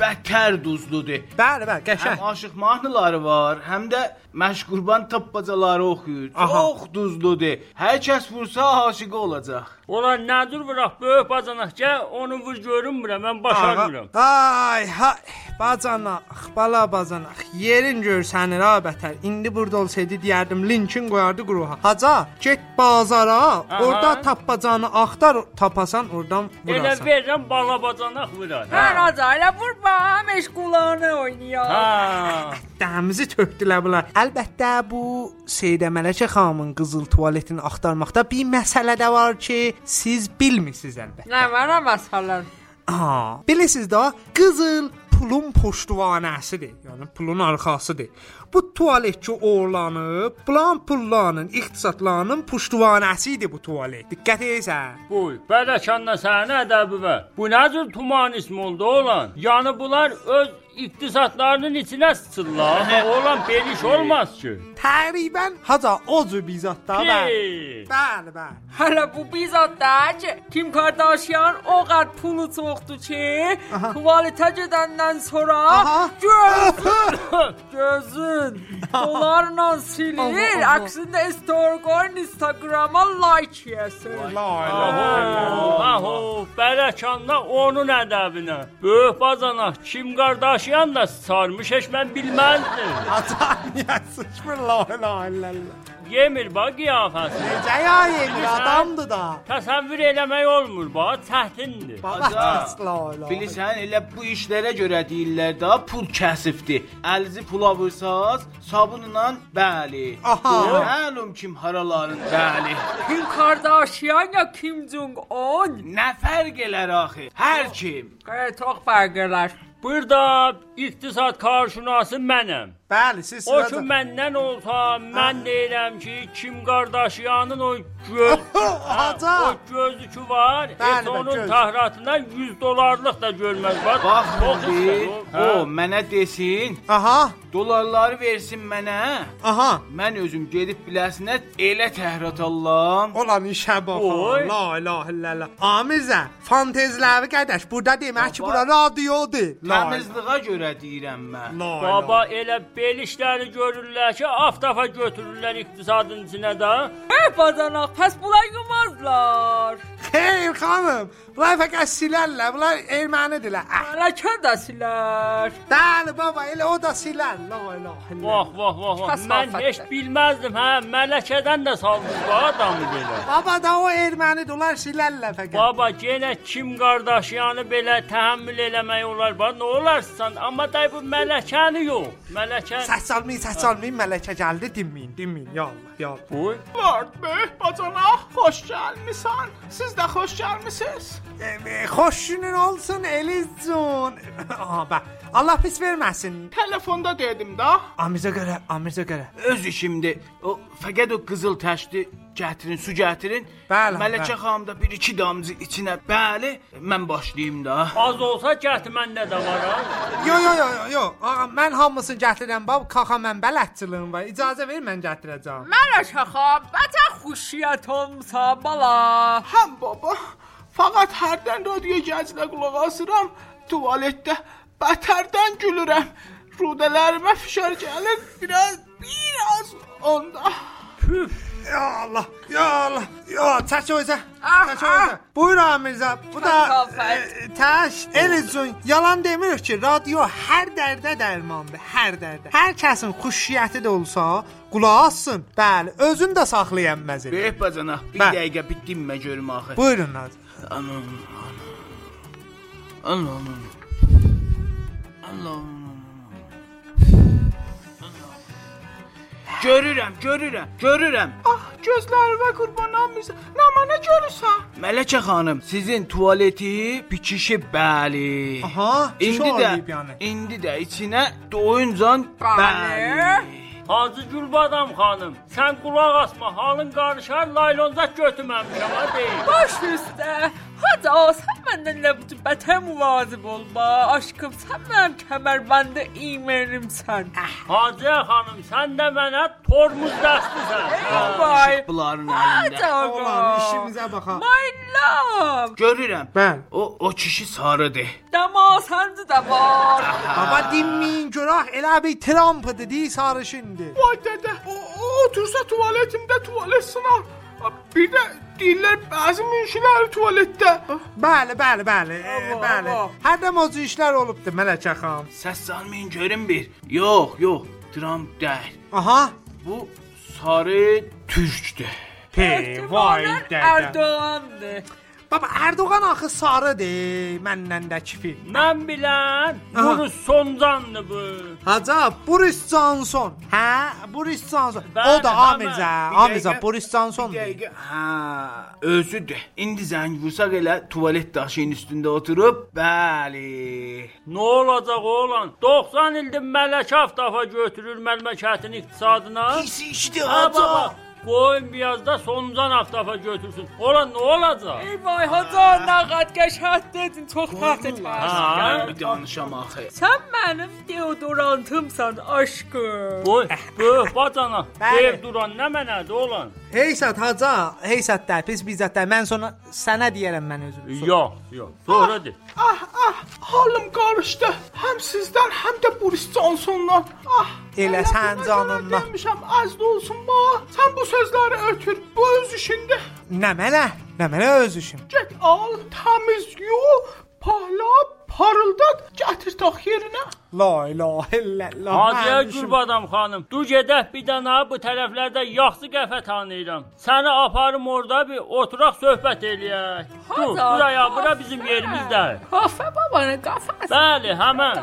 S5: Bəkər duzludur.
S3: Bəli, bəli, qəşəng.
S5: Həm aşıq mahnıları var, həm də məşqurban tapbacaları oxuyur. Çox duzludur. Hər kəs vursa aşiqə olacaq.
S8: Ola nədir vuraq böyük bacanaq gəl onu vur görünmürəm mən başarmıram.
S3: Ay, ha, bacanaq, bala bacanaq. Yerin görsənir ha bətər. İndi burada olsaydı deyərdim linkin qoyardı quruha. Haca, get bazara,
S8: Aha.
S3: orada tapbacanı axtar, tapasan oradan
S8: Elə
S3: vurasan.
S8: verirəm bala bacanaq vurar.
S11: Hə, Raza, elə vurma, meşqulanı oynayaq.
S8: Ha.
S3: Dəmizi tökdülər bunlar. Əlbəttə bu Seyid Mələkə xanımın qızıl tualetini axtarmaqda bir məsələ də var ki, siz bilmirsiniz əlbəttə.
S11: Nə var amma salan?
S3: Aha. Bilirsiniz də, qızıl pulun poştuvanəsidir. Yəni pulun arxasıdır. Bu tualet ki oğurlanıb, plan pullarının, iqtisadlarının poştuvanəsi idi bu tualet. Diqqət etsən.
S8: Buy, bələkəndə səhnə ədəbi və bu nə cür tuman ismi oldu oğlan? Yəni bunlar öz iqtisadlarının içinə sıçırlar. oğlan belə iş olmaz ki.
S3: Təqribən haca o cür bizat da
S8: Hey.
S3: bəli. Bəli, bəli.
S11: Hələ bu bizaddır ki, Kim Kardashian o qədər pulu çoxdur ki, tuvaletə gedəndən sonra gözün, gözün dolarla silir,
S3: Allah.
S11: əksində story qoyun Instagrama like yesin.
S8: Aho, bələkəndə onun ədəbinə. Böyük bacanaq kim qardaşıyan da sarmış heç mən bilməzdim.
S3: Ataniya sıçmır la la la.
S8: Yemir bax qiyafəsi.
S3: Necə ya yeni adamdır da.
S8: Təsəvvür eləmək olmur, bax, çətindir.
S5: Baca, bilirsən, elə bu işlərə görə deyirlər də, pul kəsifdir. Əlizi pula vursaz, sabunla bəli.
S11: Aha.
S5: Məlum kim haraların bəli.
S11: Kim Kardashian ya Kim Jong Un?
S5: Nə fərq elər axı? Hər kim.
S11: Qərə çox fərq elər.
S8: Burada iqtisad karşınası mənəm.
S3: Bəli, siz
S8: O ki məndən olsa, mən deyirəm ki, kim qardaşyanın o göz,
S3: Haca.
S8: o gözü ki var,
S5: Bəli,
S8: et
S5: bəli,
S8: onun
S5: göz.
S8: tahratından 100 dollarlıq da görməz. Bax,
S5: Bax,
S8: çox istər
S5: indi
S8: o.
S5: o mənə desin.
S3: Aha.
S5: Dollarları versin mənə.
S3: Aha.
S5: Mən özüm gedib biləsinə elə təhrat alıram.
S3: Olan işə bax.
S5: Oy.
S3: La ilahe illallah. Amizə, fantezləri qardaş, burada demək ki, bura radiodur. La-
S5: Təmizliyə görə deyirəm mən.
S8: Baba elə bel işləri görürlər ki, aftafa götürürlər iqtisadın içinə də.
S11: Hə, bacanaq, pəs bunlar yumazlar.
S3: Xeyr xanım. Bunlar fəqət silərlər. Bunlar ermənidirlər. Ah.
S11: Mələkə də silər. Oh.
S3: Bəli baba, elə o da silər. La ilahe
S8: Vah vah vah vah. Mən
S3: Təsadüfətdir.
S8: heç bilməzdim hə. Mələkədən də salmış bu adamı belə.
S3: Baba da o ermənidir. Onlar silərlər fəqət.
S8: Baba yenə kim qardaşyanı belə təhəmmül eləmək olar? Bax nə olarsan, amma day bu mələkəni yox. Mələkə
S3: Səs almayın, səs almayın. Mələkə gəldi, dinməyin, dinməyin. Ya Allah, ya Allah.
S8: Oy.
S9: Vard Bey, bacana, xoş gəlmisən. Siz də xoş gəlmisiniz.
S3: E, Xoşunun olsun Elizun. Aha bak. Allah pis verməsin.
S9: Telefonda dedim da.
S3: Amizə görə, amizə görə.
S5: Öz işimdir. O fəqət o qızıl təşdi gətirin, su gətirin.
S3: Bəli,
S5: Mələkə
S3: bəli.
S5: xanım da bir iki damcı içinə. Bəli, mən başlayım da.
S8: Az olsa gətir məndə də var ha.
S3: Yo yo yo yo, yo. Ağa, mən hamısını gətirirəm. Bab, kaxa mən bələdçiliyim var. İcazə ver mən gətirəcəm.
S11: Mələkə xan, bətə xuşiyyət olmsa bala.
S9: Həm baba, faqat hərdən radio gəzlə qulaq asıram, tualetdə bətərdən gülürəm. Rudələrimə fişar gəlir, biraz, biraz onda.
S3: Ya Allah, ya Allah. Yo, çək özə.
S11: Ah,
S3: Çək özə. Buyur Amirzə. Bu da e, təş Elizun. Yalan demirik ki, radio hər dərdə dərmandır, hər dərdə. Hər kəsin xuşiyyəti də olsa, qulaq assın. Bəli, özün də saxlayan məzəli.
S5: Böyük bacana, ah, bir
S3: Bəli.
S5: dəqiqə bir dinmə görüm axı.
S3: Buyurun Nazım.
S5: Anam. Anam. Anam. Anam. Görürəm, görürəm, görürəm.
S9: Ah, gözlərimə qurban olmuş. Nə mənə görürsən?
S5: Mələkə xanım, sizin tualeti bitişib bəli.
S3: Aha,
S5: indi
S8: şişə
S5: də
S8: olmayıb yəni.
S5: indi də içinə doyuncan bəli.
S8: Hacı Gülbadam xanım, sən qulaq asma, halın qarışar, laylonzat götürməmişəm ha deyim.
S11: Baş üstə. Hadi o, sən mənimlə bu bətə muvazib olma. Aşkım, sən mənim kəmərbəndə iymənimsən.
S8: Hacı Ah. xanım, sən də mənə tormuz dəstisən.
S11: Vay.
S5: Bunların
S11: Hadi
S5: əlində.
S11: oğlum.
S3: baxa.
S11: My love.
S5: Görürəm.
S3: Mən.
S5: O o kişi sarıdır.
S11: Dama səndə də var.
S3: Baba dinməyin görah elə bir Trump'dı deyi sarışındı.
S9: Vay dədə, o, o otursa tualetimdə tualet sınar. Ah, Bir də deyirlər bəzi münşilər tualetdə.
S3: Bəli, bəli, bəli. e, Bəli. Hər də mozu işlər olubdu Mələkə xan.
S5: Səs salmayın görün bir. Yox, yox. Dram deyil.
S3: Aha.
S5: Bu sarı türkdür.
S3: vay
S11: Erdoğandır.
S3: Baba Erdoğan axı sarıdır məndən də kifi.
S8: Mən bilən, Boris Soncandı bu.
S3: Hacı Boris Johnson. Hə, Boris Johnson.
S8: Bəli,
S3: o da
S8: bəli.
S3: Amizə,
S5: Bir
S3: Amizə
S5: dəqiqə,
S3: Boris Johnson.
S5: Dəqiqə, hə, özüdür. İndi zəng vursaq elə tualet daşının üstündə oturub, bəli.
S8: Nə olacaq oğlan? 90 ildir mələkə aftafa götürür məmləkətin iqtisadına.
S5: Pis işdir
S8: Ha,
S5: Hacı.
S8: baba, Qoyun biraz da Soncan aftafa götürsün. Oğlan nə olacaq?
S11: Ey vay hacı, nə qad qəşət dedin, çox təhdid
S5: Gəl
S11: var.
S5: bir danışam axı.
S11: Sən mənim deodorantımsan aşkım.
S8: Qoy, böyük bacana.
S3: Bəli.
S8: Dev duran nə mənədir oğlan?
S3: Heysat Hacı, heysat da pis bizzat da. Mən sonra sənə deyərəm mən özüm.
S8: Yox, yox. Sonra de.
S9: Ah, ah, halım qarışdı. Həm sizdən, həm də Boris Johnsondan. Ah,
S3: Elə sən canınla.
S9: Demişəm, az da olsun ba. Sən bu sözləri ötür, bu öz işində.
S3: Nə mənə? Nə mənə öz işim.
S9: Get al, təmiz yu, pahla, parıldat, gətir tax yerinə.
S3: La ilahe illallah.
S8: Hacıya
S3: mənim işim.
S8: Gülbadam xanım, du gedək bir dənə bu tərəflərdə yaxşı qəfə tanıyıram. Səni aparım orada bir oturaq söhbət eləyək. Dur,
S11: Hacı,
S8: buraya, bura
S11: qafə.
S8: bizim yerimizdə.
S11: Kafə babanın kafəsi.
S8: Bəli, həmən.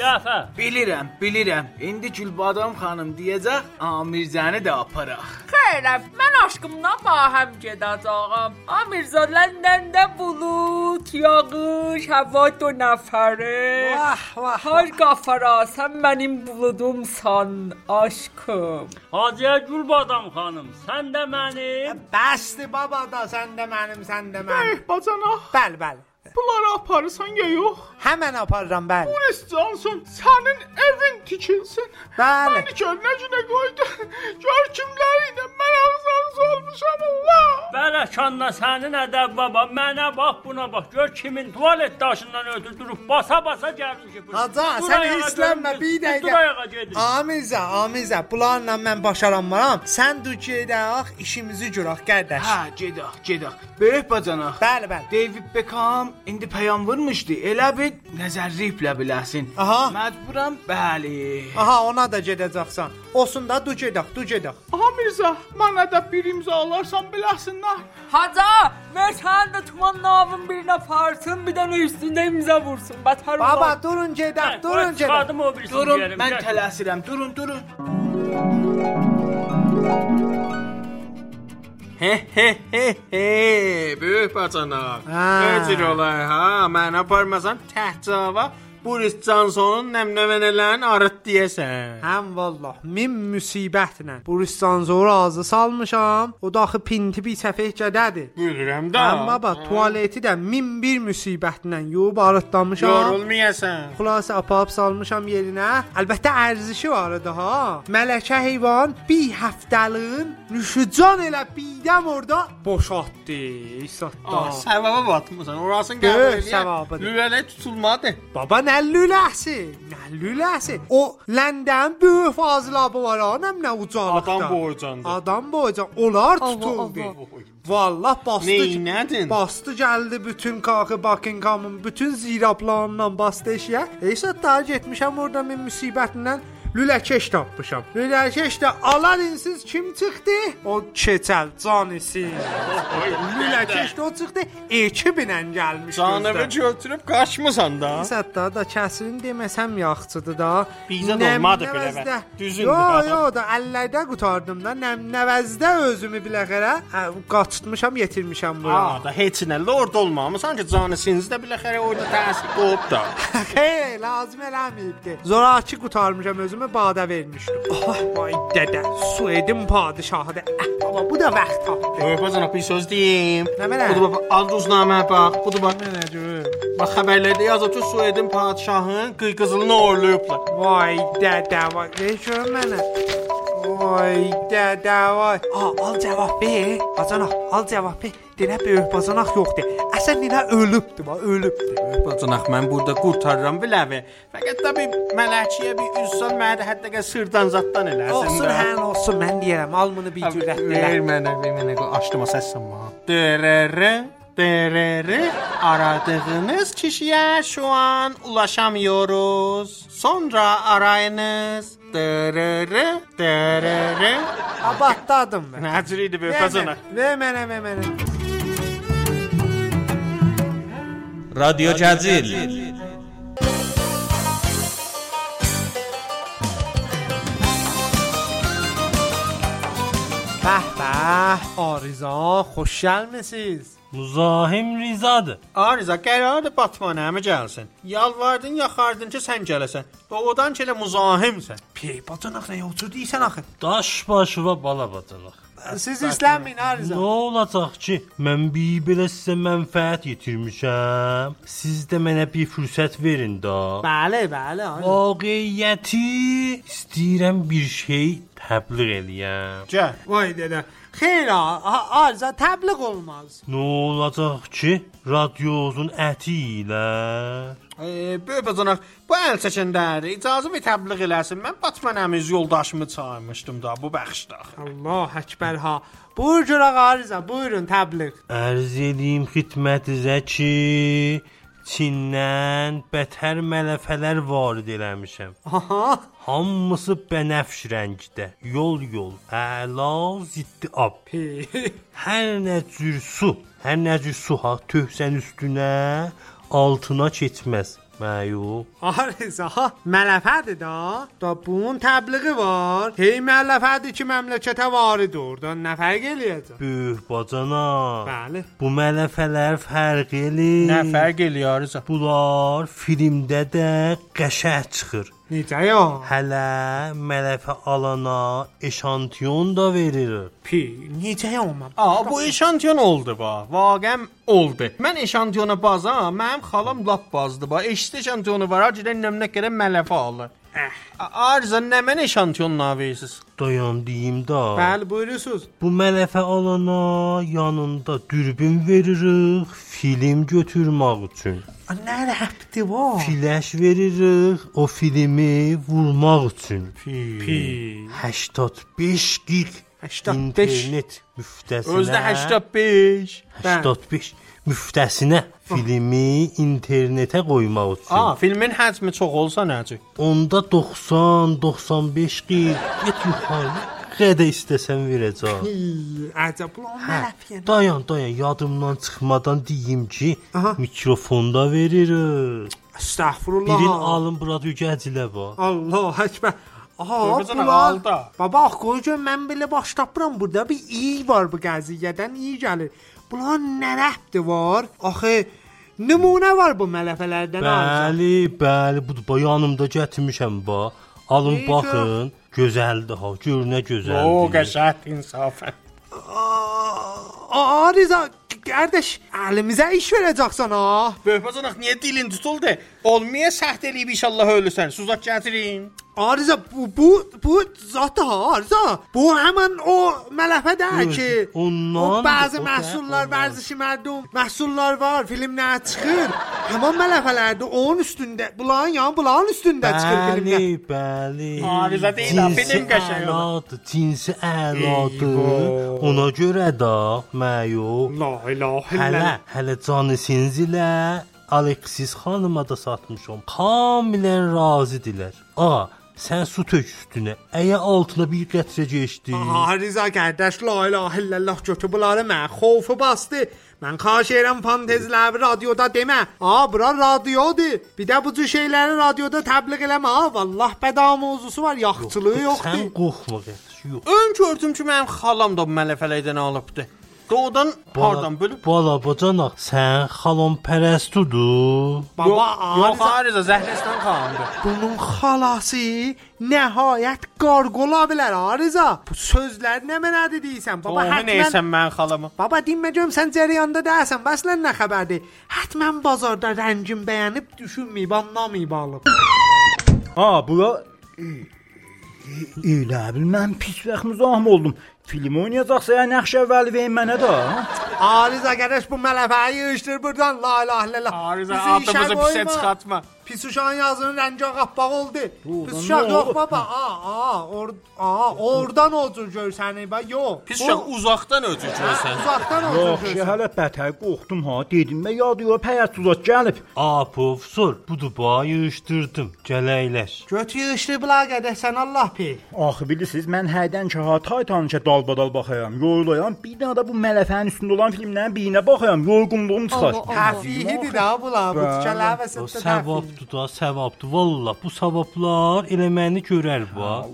S8: Qəfə.
S5: Bilirəm, bilirəm. İndi Gülbadam xanım deyəcək, Amirzəni də aparaq.
S11: Xeyrəm, mən aşkımdan bahəm gedəcəyəm. Amirza Londonda bulut, yağış, hava do nəfəri.
S3: Vah, vah.
S11: Hər qafara sən mənim buludumsan aşkım.
S8: Hacıya Gülbadam xanım, sən də mənim
S3: Bəsdir baba da, sən də mənim, sən də mənim.
S9: Eh, bacana,
S8: ah,
S3: Bəli, bəli.
S9: Bunları aparırsan ya yok.
S3: Hemen aparıram ben.
S9: Boris Johnson senin evin tikilsin.
S3: Bəli.
S9: Beni körnəcünə qoydu. Gör kimləriylə mən ağzınız olmuşam Allah.
S8: Bərəkanla sənin ədəb baba, mənə bax, buna bax. Gör kimin tualet daşından ötürü durub basa-basa gəlmişik.
S3: Aca, sən hirslənmə, bir dəqiqə.
S8: Dur ayağa gedin.
S3: Amizə, amizə, bunlarla mən başaranmaram. Sən dur gedək, işimizi görək qardaş.
S5: Hə, gedək, gedək. Böyük bacanaq.
S3: Bəli, bəli.
S5: David Beckham indi pəyam vurmuşdu. Elə bir nəzərliklə biləsin.
S3: Aha.
S5: Məcburam, bəli.
S3: Aha, ona da gedəcəksən. Olsun da dur gedək, dur gedək.
S9: Aha Mirzə, mənə də bir imza alarsan biləsinlər.
S11: Haca, ver sen de tumanın avın birine partın bir tane üstünde imza vursun. Batar
S3: Baba,
S11: ulan.
S3: durun gedək,
S8: Qoy,
S3: durun gedək.
S8: Çıxardım o birisini
S5: Durun,
S8: deyəlim,
S5: mən
S8: gəl.
S5: tələsirəm. Durun, durun.
S2: He he he he. Böyük bacanaq.
S3: Ha.
S2: Necir olay ha? Mən aparmasan təhcava Boris Johnsonun nəmnəvənələrini arıt deyəsən.
S3: Həm vallah, min müsibətlə Buristan zoru ağzı salmışam. O da axı pinti bir səfeh gədədir.
S2: Bilirəm də.
S3: Amma bax, tualeti də min bir müsibətlə yuyub arıtlamışam.
S2: yorulmayasan.
S3: Xülasə aparıb salmışam yerinə. Əlbəttə ərzişi var idi ha. Mələkə heyvan bir həftəlin nüşücan elə bidəm orada boşatdı.
S2: Ah,
S3: İsatda.
S2: Səvaba batmısan. Orasını
S3: Böyük
S2: qəbul edir.
S3: səvabıdır.
S2: Lülələ tutulmadı.
S3: Baba nə lüləsi? Nə lüləsi? O ləndən böyük fazilabı var anam nə ucalıqda.
S2: Adam boycandı.
S3: Adam boycan. Onlar
S11: Allah,
S3: tutuldu.
S11: Allah.
S3: Vallah bastı.
S2: Neynədin?
S3: Bastı gəldi bütün qaxı Buckingham'ın bütün zirablarından bastı eşiyə. Eysə daha getmişəm orada bir müsibətindən lüləkeş tapmışam. Lüləkeş də alar insiz kim çıxdı? O keçəl canisi. lüləkeş də o çıxdı. 2000-ən gəlmiş.
S2: Canımı
S3: gözdən.
S2: götürüb qaçmısan da.
S3: Hətta da kəsirin deməsəm yaxşıdır da.
S2: Bizə də olmadı belə
S3: Nəmnəvəzdə-
S2: bə. Düzündür
S3: Yo,
S2: baba.
S3: yo, da əllərdə qutardım da. Nəmnəvəzdə özümü biləxərə ə, qaçıtmışam, yetirmişəm bura.
S2: Aa, da heç nə lord olmamısan ki, canısınız da biləxərə orada təsir qoyub da.
S3: Hey, lazım eləməyibdi. Zorakı qutarmışam özümü badə vermişdim. Ah, vay dədə, Suedin padişahıdır. Əh, baba, bu da vəxt tapdı.
S2: Öpəcən bir söz deyim.
S3: Nə belə?
S2: Budur bax, arzuznamə bax, budur bax. Bax xəbərlərdə yazıb ki, Suedin padşahının qıyqızılını orlayıblar.
S3: Vay dədə, vay, ver görüm mənə. Vay dədə, vay. A, al cavab ver. Bacanaq, al cavab ver. Dinə böyük bacanaq yoxdur. Əsən dinə ölübdü, bax, ölübdü.
S2: Bacanaq mən burada qurtarıram biləvi. Fəqət də bir mələkiyə bir üzsal məni hətta qə sırdan zatdan eləsin.
S3: Olsun, hən olsun, mən deyirəm, al bunu bir cürət
S2: Ver
S3: deyirəm.
S2: mənə, ver mənə, qoy, açdım o səssəmə. Dərərə, dərərə, aradığınız kişiyə şu an ulaşamıyoruz. Sonra arayınız. Dərərə, dərərə.
S3: Abatdadım mən.
S2: Nəcür idi böyük
S3: Ver
S2: bacanaq.
S3: mənə, Ver mənə, ver mənə.
S12: رادیو جزیل
S3: Bəh, bəh, Arizan, xoş gəlmisiniz.
S8: Muzahim Rizadır.
S2: Ariza qərardır batmanəmi gəlsin. Yalvardın, yaxardın ki, sən gələsən. Doğudan ki elə muzahimsən.
S3: Pey, bacanaq nəyə otur deyirsən axı?
S8: Daş başıva bala batalıq.
S3: Siz izlənməyin
S8: Nə
S3: Arizan.
S8: olacaq ki, mən bir belə sizə mənfəət yetirmişəm. Siz də mənə bir fürsət verin də.
S3: Bəli, bəli, Arizan.
S8: Vaqiyyəti istəyirəm bir şey təbliğ eləyəm.
S2: Gəl.
S3: Vay dədə. Xeyr, a- Arizan təbliğ olmaz.
S8: Nə olacaq ki, radiozun əti ilə
S2: E, böyük bacanaq, bu əl çəkəndədir. İcazə ver təbliğ eləsin. Mən batmanəmiz yoldaşımı çağırmışdım da bu bəxşdə.
S3: Allah Ekber ha. Buyur Cüraq Arıza, buyurun təbliğ.
S8: ərz eləyim xidmətinizə ki, Çindən bətər mələfələr varid eləmişəm.
S3: Aha.
S8: Hamısı bənəfş rəngdə, yol-yol, əla ziddi ab. Hər nə cür su, hər nə cür su ha töhsən üstünə, altına keçməz. Məyu.
S3: Arıza, ha, mələfədir da. Da bunun təbliği var. Hey mələfədir ki, məmləkətə varid orada. Nə fərq eləyəcək?
S8: Böyük bacana.
S3: Bəli.
S8: Bu mələfələr fərq eləyir.
S2: eləyir Ariza?
S8: Bunlar filmdə də qəşəng çıxır.
S3: Necə ya?
S13: Hələ mələfə alana eşantiyon da veririk.
S3: Pi, necə ya amma?
S2: Aa, bu eşantiyon oldu ba. Vaqəm oldu. Mən eşantiyona bazam, mənim xalam lap bazdı ba. Eşit eşantiyonu var, ha, gedən nəmnə görə mələfə alır.
S3: Eh,
S2: Arza, nə mən eşantiyonla verirsiniz?
S13: Dayan deyim da.
S2: Bəli, buyurursunuz.
S13: Bu mələfə alana yanında dürbün veririk, film götürmək üçün.
S3: Nə rəbti var?
S13: Flash veririk, o filmi vurmaq üçün.
S3: Pi.
S13: 85 gig
S2: 85.
S13: internet müftəsinə.
S2: Özdə 85.
S13: 85 müftəsinə filmi internetə qoymaq üçün.
S2: Aa, filmin həcmi çox olsa nəcə?
S13: Onda 90, 95 qeyd get yuxarı. Qədə istəsən verəcəm.
S3: Əcəb lan mələfiyə.
S13: Dayan, dayan, yadımdan çıxmadan deyim ki, Aha. mikrofonda veririk.
S3: Əstəğfurullah.
S13: Birin alın bura dügəcilə bax.
S3: Allah əkbər. Aha,
S2: Görürsən, alda.
S3: Baba, qoy gör mən belə baş tapıram burada. Bir iyi var bu qəziyyədən, iyi gəlir. Bunlar nə rəbti var? Axı nümunə var bu mələfələrdən
S13: بله.
S3: ancaq.
S13: Bəli, bəli, budur. Bax yanımda gətirmişəm bax. Alın
S3: Ey,
S13: baxın. Gözəldir ha, gör nə gözəldir.
S2: O, qəşəng insafən.
S3: Aa, Rıza, qardaş, əlimizə iş verəcəksən ha.
S2: Böhbəcən ax niyə dilin tutuldu? Olmaya səht eləyib inşallah ölürsən. Suzaq gətirin.
S3: Arıza bu bu bu zat da ha, Arıza. Bu həmin o mələfədir ki,
S13: ondan
S3: o bəzi məhsullar vərzişi mərdum, məhsullar var, filmlər çıxır. Həmin mələfələrdə onun üstündə, bunların yan bunların üstündə çıxır filmlər.
S13: Bəli, bəli.
S3: Arıza deyil ha, film qəşəng olur.
S13: Əladır, cinsi əladır. Ona görə də məyo.
S3: La ilahe
S13: Hələ,
S3: illallah.
S13: hələ canısınız ilə Alexis xanıma da satmışam. Kamilən razı dilər. A, sən su tök üstünə. Əyə altına bir qətrə keçdi.
S3: Arıza qardaş, la ilahe illallah götü bunları mən xofu bastı. Mən xahiş edirəm fantezləri radioda demə. Ha, bura radiodur. Bir də bu cür şeyləri radioda təbliğ eləmə. Ha, vallah bəda mövzusu var, yaxçılığı yoxdur.
S13: Sən qorxma qətrə. Yox.
S2: Ön gördüm ki, mənim xalam da bu mələfələrdən alıbdı. Doğudan hardan bölüb?
S13: Bala bacanaq, sən xalon pərəstudur.
S2: yox, Arıza zəhrəsindən xalamdır.
S3: Bunun xalası nəhayət qarqola bilər Arıza. Bu sözlər nə mənə deyirsən? Baba,
S2: Onu neysən mən xalamı?
S3: Baba dinməcəm sən cəriyanda dəsən. Bəslən nə xəbərdir? Hətmən bazarda rəngin bəyənib düşünməyib, anlamayıb alıb.
S14: Ha bura elə bil mən pis vaxt müzahim oldum. Film oynayacaqsa yəni ya nəxş əvvəli ver mənə də.
S3: Arıza qardaş bu mələfəyi yığışdır burdan. La ilahe illallah. Arıza
S2: adımızı pisə çıxartma.
S3: Pis uşağın yazının rəngi ağappaq oldu. Pis
S2: ne
S3: uşaq yox
S2: oldu?
S3: baba. A, a, or, a, oradan otur gör səni. Bax yox.
S2: Pis
S3: Bu-
S2: uşaq uzaqdan ötür görsən.
S3: Uzaqdan
S14: Yox, şey, hələ bətər qorxdum ha. Dedim mə yadıyo pəyətsuzat gəlib.
S13: A, professor, budur ba, yığışdırdım. Gələyləş.
S3: Götü yığışdı bula qədər sən Allah pi.
S14: Axı bilirsiniz, mən hərdən ki ha Titanic-ə dalbadal baxıram, yorulayam. Bir dənə də bu mələfənin üstündə olan filmlərin birinə baxıram, yorğunluğum çıxar.
S3: Təfihidir də bu la. Bu
S14: Bəli.
S3: tikələr və
S13: O
S3: səttə
S13: savabdır da, savabdır. Vallah bu savablar elə məni görər va.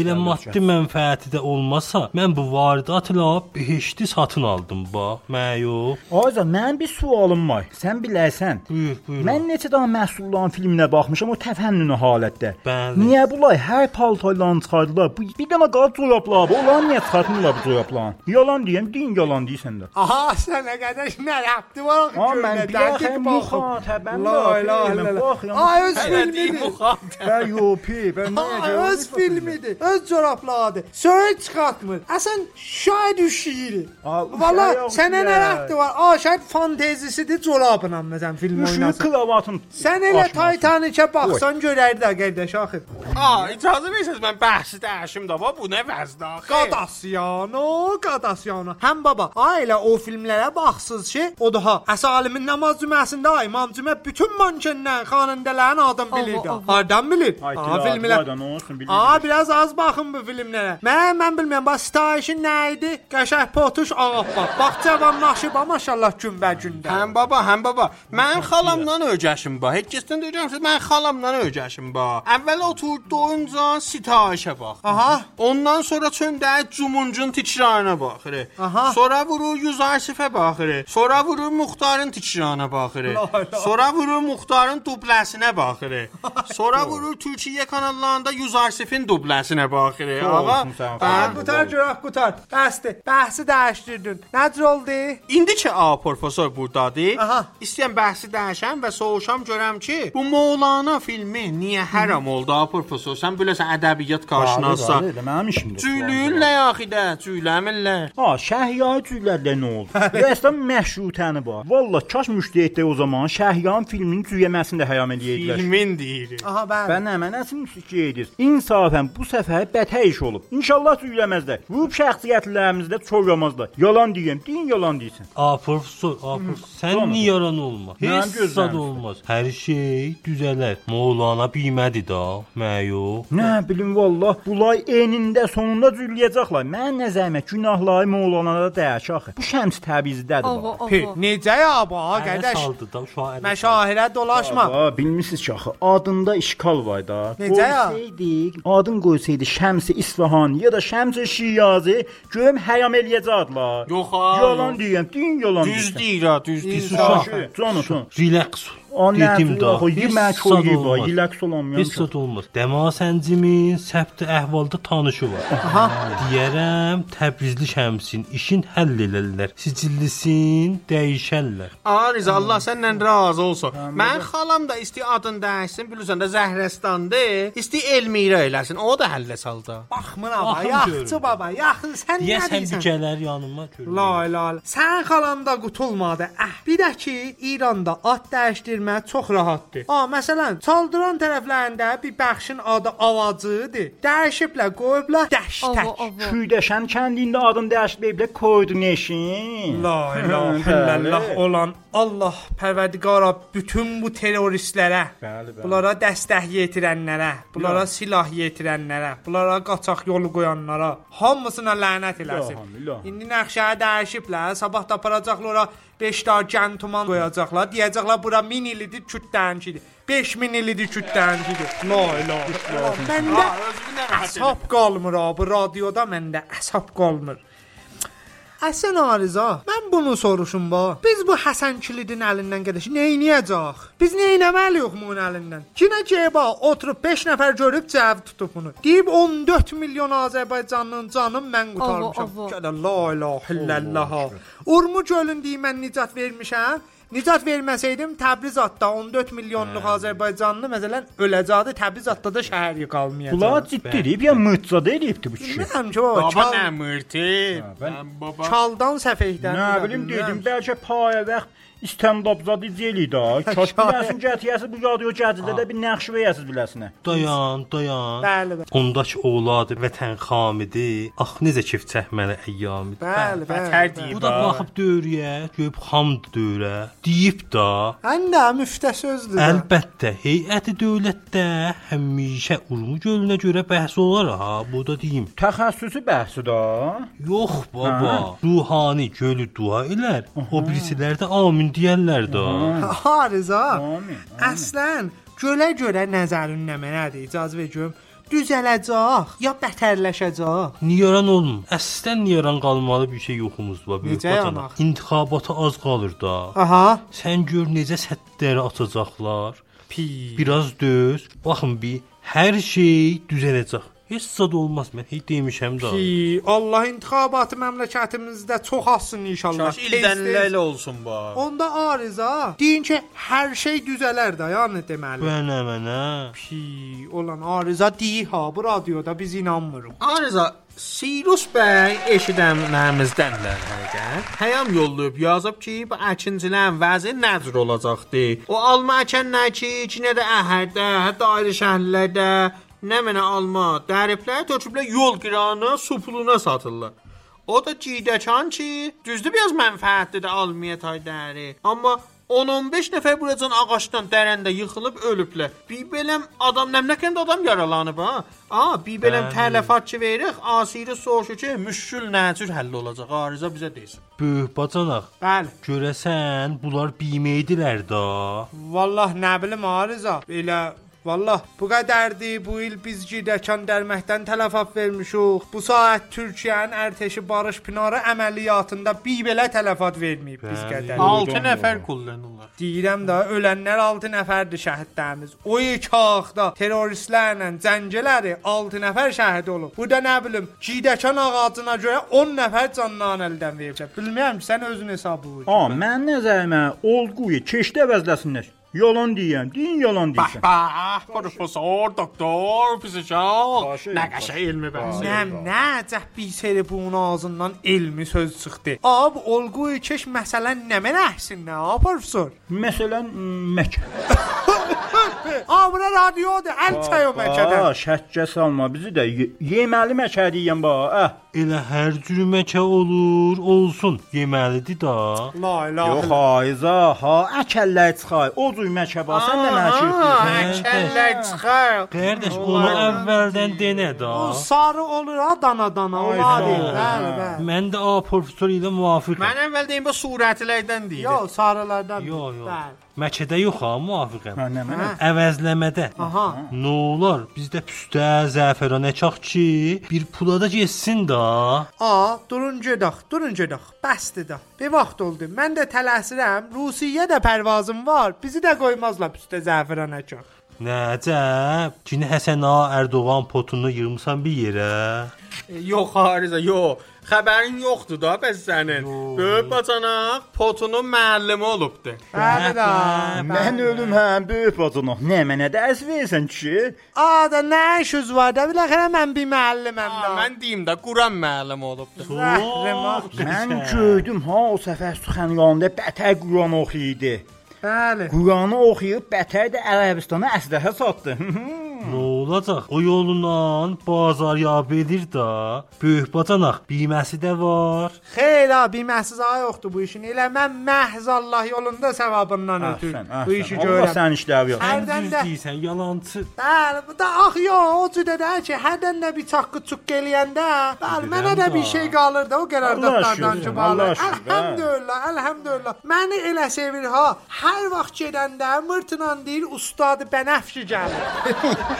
S13: Elə maddi mənfəəti də olmasa, mən bu varidatla behişti satın aldım va. Mə yox.
S14: Ayza, mənim bir sualım var. Sən bilərsən.
S13: Buyur, buyur.
S14: Mən necə daha məhsulların filminə baxmışam o təfənnünü halətdə.
S13: Bəli.
S14: Niyə bulay hər paltoylarını çıxardılar? Bu bir dənə qara corablar var. Onlar niyə çıxartmırlar bu corablarını? Yalan deyirəm, deyin yalan deyirsən də.
S3: Aha sənə qədər nə rəbti var axı
S14: Ha,
S3: görünə,
S14: mən bir
S3: dəqiq
S14: axı
S3: baxım.
S14: müxatəbəm
S3: La
S14: var,
S3: ilahe
S14: pi, mən
S3: illallah.
S14: baxıram.
S3: Ay öz
S14: Hələ deyim
S3: filmidir.
S14: Mən yopi, ben
S3: Ay öz filmidir. Öz corabladı. Söy çıxartmır. Əsən şahid üşüyür. Valla
S14: uşağı yox
S3: sənə nə
S14: ya.
S3: rəbti var? A şahid fantezisidir corabla məsələn film
S14: Üşüyü
S3: oynasın.
S14: kravatın.
S3: Sən elə
S14: başına asın.
S3: Titanicə baxsan görərdi də qardaş axı.
S2: A, icazə verirsiniz mən bəhsi dəyişim də va, bu nə vəzdə axı?
S3: Qadasyano, Qadasyano. Həm baba, ailə o filmlərə baxsız ki, o daha əsalimin namaz cüməsində ay imam cümə bütün mankenlər, xanəndələrin adını bilir də. Hardan bilir?
S14: Ay,
S3: Aha,
S14: tiladı,
S3: filmlər.
S14: ayda nə olsun, bilir.
S3: Aa, biraz az baxın bu filmlərə. Mən mən bilmirəm, bax sitayişin nə idi? Qəşəng potuş ağappaq. Bax, bax cavanlaşıb, amma maşallah günbə-gündə.
S2: Həm baba, həm baba. Mən xalamla ögəşim ba. Heç kəsdən deyirəm ki, mən xalamla ögəşim ba. Əvvəl oturdu oyunca sitayişə bax.
S3: Aha.
S2: Ondan sonra çöndə cumuncun tikrarına baxır.
S3: Aha.
S2: Sonra vurur yüzarsifə baxır. Sonra vurur muxtarın tikrarına baxır.
S3: La la.
S2: Sonra vurur muxtarın dublə dubləsine baxırı. Sonra vurur Türkiyə kanallarında Yuzarsifin dubləsine baxırı. Ağa,
S3: Aha, Qutar Cürah Qutar. Bəsdir. Bəhsi dəyişdirdin. Necə oldu?
S2: İndi ki A professor burdadır. İstəyirəm bəhsi dəyişəm və soruşam görəm ki, bu Moğlana filmi niyə həram oldu A professor? Sən biləsən ədəbiyyat qarşınasa.
S14: Bəli, bəli, mənim işimdir.
S2: Cüylüyünlə axidə, cüyləmirlər.
S14: Ha, Şəhyayı cüylərdə nə oldu? Ya əslən məşrutəni var. Valla kaş müştəyətdə o zaman Şəhyan filminin cüyəməsini də həyam eləyirdilər.
S2: Filmin deyirik.
S3: Aha, bəli.
S14: Və nə mənəsini sikiyidir. İnsafən bu səfər bətə iş olub. İnşallah cüyləməzlər. Ruh şəxsiyyətlərimizdə çoyamazlar. Yalan deyim, din yalan deyirsən.
S13: A professor, a professor, sən niyə yaran olma?
S14: Mənim
S13: Heç
S14: gözlərim
S13: zad
S14: üstə.
S13: olmaz. Hər şey düzələr. Moğlana bilmədi da, məyo.
S14: Nə bilim vallah, bulay enində sonunda cülləyəcəklər. Mən nəzərimə günahlarım olana da dəyək axı. Bu şəms təbizdədir. bax.
S3: Necə ya bu ha
S14: Ələ
S3: qardaş?
S14: saldı
S13: da uşaq
S3: Məşahirə dolaşma.
S14: Baba, bilmirsiniz ki axı, adında işkal var da.
S3: Necə ya?
S14: Qoysaydı, adın qoysaydı Şəmsi İsfahan ya da Şəmsi Şiyazi, görüm həyam eləyəcəkdilər.
S2: Yox ha.
S14: Yalan deyirəm, din yalan.
S2: Düz deyir ha, düz deyir.
S14: Jonathan.
S13: Relax.
S14: O nə
S13: Dedim da.
S14: axı, yemək
S13: heç zad
S14: qoyub,
S13: olmaz.
S14: relax olamıyorum.
S13: Heç
S14: ki.
S13: zad olmaz. Dəma səncimin səbti əhvalda tanışı var. Aha. Deyərəm, Təbrizli Şəmsin işin həll elərlər. Sicillisin, dəyişərlər.
S2: A Riza Allah səndən razı olsun. Mən xalam da isti adını dəyişsin, bilirsən də Zəhrəstandır. İsti Elmira eləsin, o da həllə saldı.
S3: Baxmına bax,
S13: Baxın
S3: yaxşı
S13: görün.
S3: baba, yaxşı sən nə
S13: Deyəsən
S3: deyirsən?
S13: bicələr yanıma kör.
S3: Lay lay. Sən xalanda qutulmadı. Əh, bir də ki, İranda ad dəyişdirmək çox rahatdır. A, məsələn, çaldıran tərəflərində bir bəxşin adı avacıdır. Dəyişiblər, qoyublar dəştək.
S14: Küydəşən kəndində adını dəyişməyiblə coordination.
S3: La
S14: Hə,
S3: ilahe illallah olan Allah Pərverdigara bütün bu terroristlərə,
S14: Bəli, bəli.
S3: bunlara dəstək yetirənlərə, bunlara silah yetirənlərə, bunlara qaçaq yolu qoyanlara hamısına lənət eləsin.
S14: İlahım, ilahım.
S3: İndi nəqşəyə dəyişiblər, sabah da aparacaqlar ora 5 dar gəntuman qoyacaqlar, deyəcəklər bura 1000 illidir kütləncidir. 5000 illidir kütləncidir. La ilahe illallah. Məndə əsab qalmır ha, bu radioda məndə əsab qalmır. Həsən Arıza, mən bunu soruşum ba. Biz bu Həsən Kilidin əlindən gedəş nə edəcək? Biz nə etməliyik bunun əlindən? Kinə cəba oturub 5 nəfər görüb cəv tutub bunu. Deyib 14 milyon Azərbaycanlının canını mən qurtarmışam.
S1: Avo, avo.
S3: Gələ la ilahe illallah. Urmu gölün deyim mən nicat vermişəm. Nicat verməsəydim Təbriz adda 14 milyonluq Azərbaycanlı məsələn öləcəkdi. Təbriz adda da şəhər yıxalmayacaqdı.
S14: Bunlar ciddi deyib ya mırtsa deyibdi bu kişi.
S3: Bilmirəm ki, baba,
S14: Baba
S3: çal-
S14: nə
S2: mırtı?
S14: Mən
S2: baba
S3: Çaldan səfehdən.
S14: Nə bilim dedim, bəlkə paya vaxt İstəmdabzad icəli də. Kaş biləsin gətirəsi bu radio gətirdə də bir nəqşi verəsiz biləsinə.
S13: Dayan, dayan.
S3: Bəli, bəli.
S13: Ondakı oğladı vətən xamidi. Ax necə kef çəkməli əyyamid.
S3: Bəli, bəli.
S13: Bu da baxıb döyrəyə, görüb hamd döyrə. Deyib da,
S3: Həndə müftə sözdür. da.
S13: əlbəttə heyəti dövlətdə həmişə Urmu gölünə görə bəhs olar ha, bu da deyim.
S14: Təxəssüsü bəhsi də.
S13: Yox baba,
S14: Hə.
S13: ruhani gölü dua elər, o birisilər də amin deyərlər də.
S3: Ha Rıza. Əslən gölə görə nəzərin nə mənadır? İcazə ver görüm. Düzələcək ya bətərləşəcək?
S13: Niyaran olmur. Əslən niyaran qalmalı bir şey yoxumuz var. böyük
S3: Necə
S13: bacana.
S3: yanaq?
S13: İntixabata az qalır da.
S3: Aha.
S13: Sən gör necə səddləri atacaqlar. Pi. Biraz döz. Baxın bir hər şey düzələcək. Heç zad olmaz mən heç demişəm də.
S3: Ki, Allah intixabatı məmləkətimizdə çox azsın inşallah.
S2: Kaş ildən elə olsun bax.
S3: Onda Arıza, deyin ki, hər şey düzələr də, yəni deməli.
S13: Mənə mənə.
S3: Pi, olan Arıza deyir ha, bu radioda biz inanmırıq.
S2: Arıza Sirus bəy eşidənlərimіздəndir həqiqət. Həyam yollayıb yazıb ki, bu əkincinin vəzi nəcr olacaqdı. O alma əkənlər ki, içinə də əhərdə, hətta ayrı şəhərlərdə nə mənə alma, dəriflər töküblər yol qıranı, su puluna satırlar. O da cidəkan ki, düzdür biraz mənfəətlidir almaya tay dəri. Amma 10-15 nəfər buracan ağacdan dərəndə yıxılıb ölüblər. Bir beləm adam nəmləkəndə adam yaralanıb ha. A, bir beləm
S13: Bəli.
S2: tələfat ki veririk, asiri soruşur ki, müşkül nəcür həll olacaq? Arıza bizə desin.
S13: Böyük bacanaq.
S3: Bəli.
S13: Görəsən bunlar bimeydilər də.
S3: Vallah nə bilim Arıza, elə Vallah bu qədərdi bu il biz girəkan dərməkdən tələfat vermişuq. Bu saat Türkiyənin ərtəşi Barış Pinarı əməliyyatında bir belə tələfat verməyib biz qədər.
S2: 6 nəfər kullanırlar.
S3: Deyirəm də ölənlər 6 nəfərdir şəhidlərimiz. O iki axda terroristlərlə zəngələri 6 nəfər şəhid olub. Bu da nə bilim Cidəkan ağacına görə 10 nəfər canından əldən verəcək. Bilmirəm ki, sən özün hesabı vur.
S14: A, mən nəzərimə olquyu keçdə əvəzləsinlər. Yalan deyirəm, deyin yalan deyirsən.
S2: Bax, professor, doktor, fizişal. Nə qəşəng elmi bəhs.
S3: Nə, nə cəh bir seri bunun ağzından elmi söz çıxdı. Ab, olquyu keş məsələn nə mənəhsin, nə aparsın?
S14: Məsələn, Məkə.
S3: Ab, bura radiodur, əl çay o Məkədən.
S14: Aa, şəkkə salma bizi də. Ye yeməli Məkə deyəm ba. hə. Əh.
S13: Elə hər cür məkə olur, olsun. Yeməlidir da.
S3: La ilahe
S14: Yox, hayza, ha, əkəllər çıxay. O cür Məkə ba, sən də məşhur.
S3: Əkəllər çıxar.
S13: Qardaş, onu əvvəldən denə da.
S3: O sarı olur ha dana dana. Olar. Bəli, bəli.
S13: Hə. Mən də A professor ilə muvafiqəm.
S2: Mən əvvəl deyim bu surətlərdən deyir.
S3: Yox, sarılardan.
S13: Yox, yox.
S3: Bəli.
S13: Məkədə yox ha, muvafiqəm.
S14: Hə, nə mənə?
S13: Əvəzləmədə.
S3: Aha.
S13: Nə olar? Bizdə püstə, zəfəran çax ki, bir pula da getsin da.
S3: A, durun gedək, durun gedək. Bəsdir də. Bir vaxt oldu. Mən də tələsirəm. Rusiyə də pərvazım var. Bizi də qoymazlar üstə zəfəran açaq.
S13: Nəcəb, Cini Həsən A Erdoğan potunu yığmısan bir yerə.
S2: Yox, Hariza, yox. Xəbərin yoxdur da bəs sənin. Böyük bacanaq potunun müəllimi olubdu.
S3: Bəli də.
S14: Mən ölüm həm böyük bacana. Nə mənə də əz versən kişi?
S3: A da nə işiniz var da? Biləxərə mən bir müəlliməm də.
S2: Mən deyim də Quran müəllimi olubdu.
S3: Zəhrimə.
S14: Mən gördüm ha o səfər suxanyanında bətər Quran oxuyurdu.
S3: Bəli.
S14: Quranı oxuyub bətər də Ərəbistana əsləhə satdı.
S3: Hmm.
S13: Nə olacaq? O yolundan bazar yab edir da. Böyük bacanaq biməsi də var.
S3: Xeyr ha, bir məhsizə yoxdur bu işin. Elə mən məhz Allah yolunda savabından ötür. Bu işi
S14: Allah
S3: görürəm.
S14: Ah, sən işləvi yox.
S13: Sən
S3: Hərdən
S13: düz
S3: də
S13: deyirsən, yalançı.
S3: Bəli, bu da ax yox, o cüdə də ki, hərdən də bir çaqqı çuq eləyəndə, bəli, mənə də bir şey qalır da o
S14: Allah
S3: qərardatlardan
S14: şükür,
S3: ki,
S14: Allah
S3: bağlı.
S14: şükür, bəli.
S3: Elhamdülillah, elhamdülillah. Məni elə sevir ha. Hər vaxt gedəndə mırtla deyir, ustadı bənəfşi gəlir.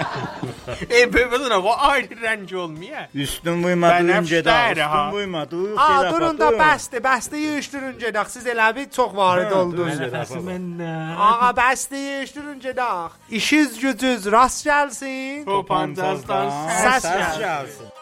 S2: Ey böyük bacanaq, o ayrı rəng olmuyor.
S14: Üstün vurmadığın
S2: Bənəfşə
S14: gedə,
S2: də ha.
S14: üstün vurmadığın
S3: A, durun da bəsdir, bəsdir yığışdırın gedək. Siz elə bir çox varid
S14: Hə,
S3: oldunuz.
S14: düzdür.
S13: Nəfəsi məndə.
S3: Ağa bəsdir yığışdırın gedək. İşiz gücüz rast gəlsin.
S2: Topancazdan
S3: Səs
S14: Səs
S3: gəlsin.
S14: gəlsin.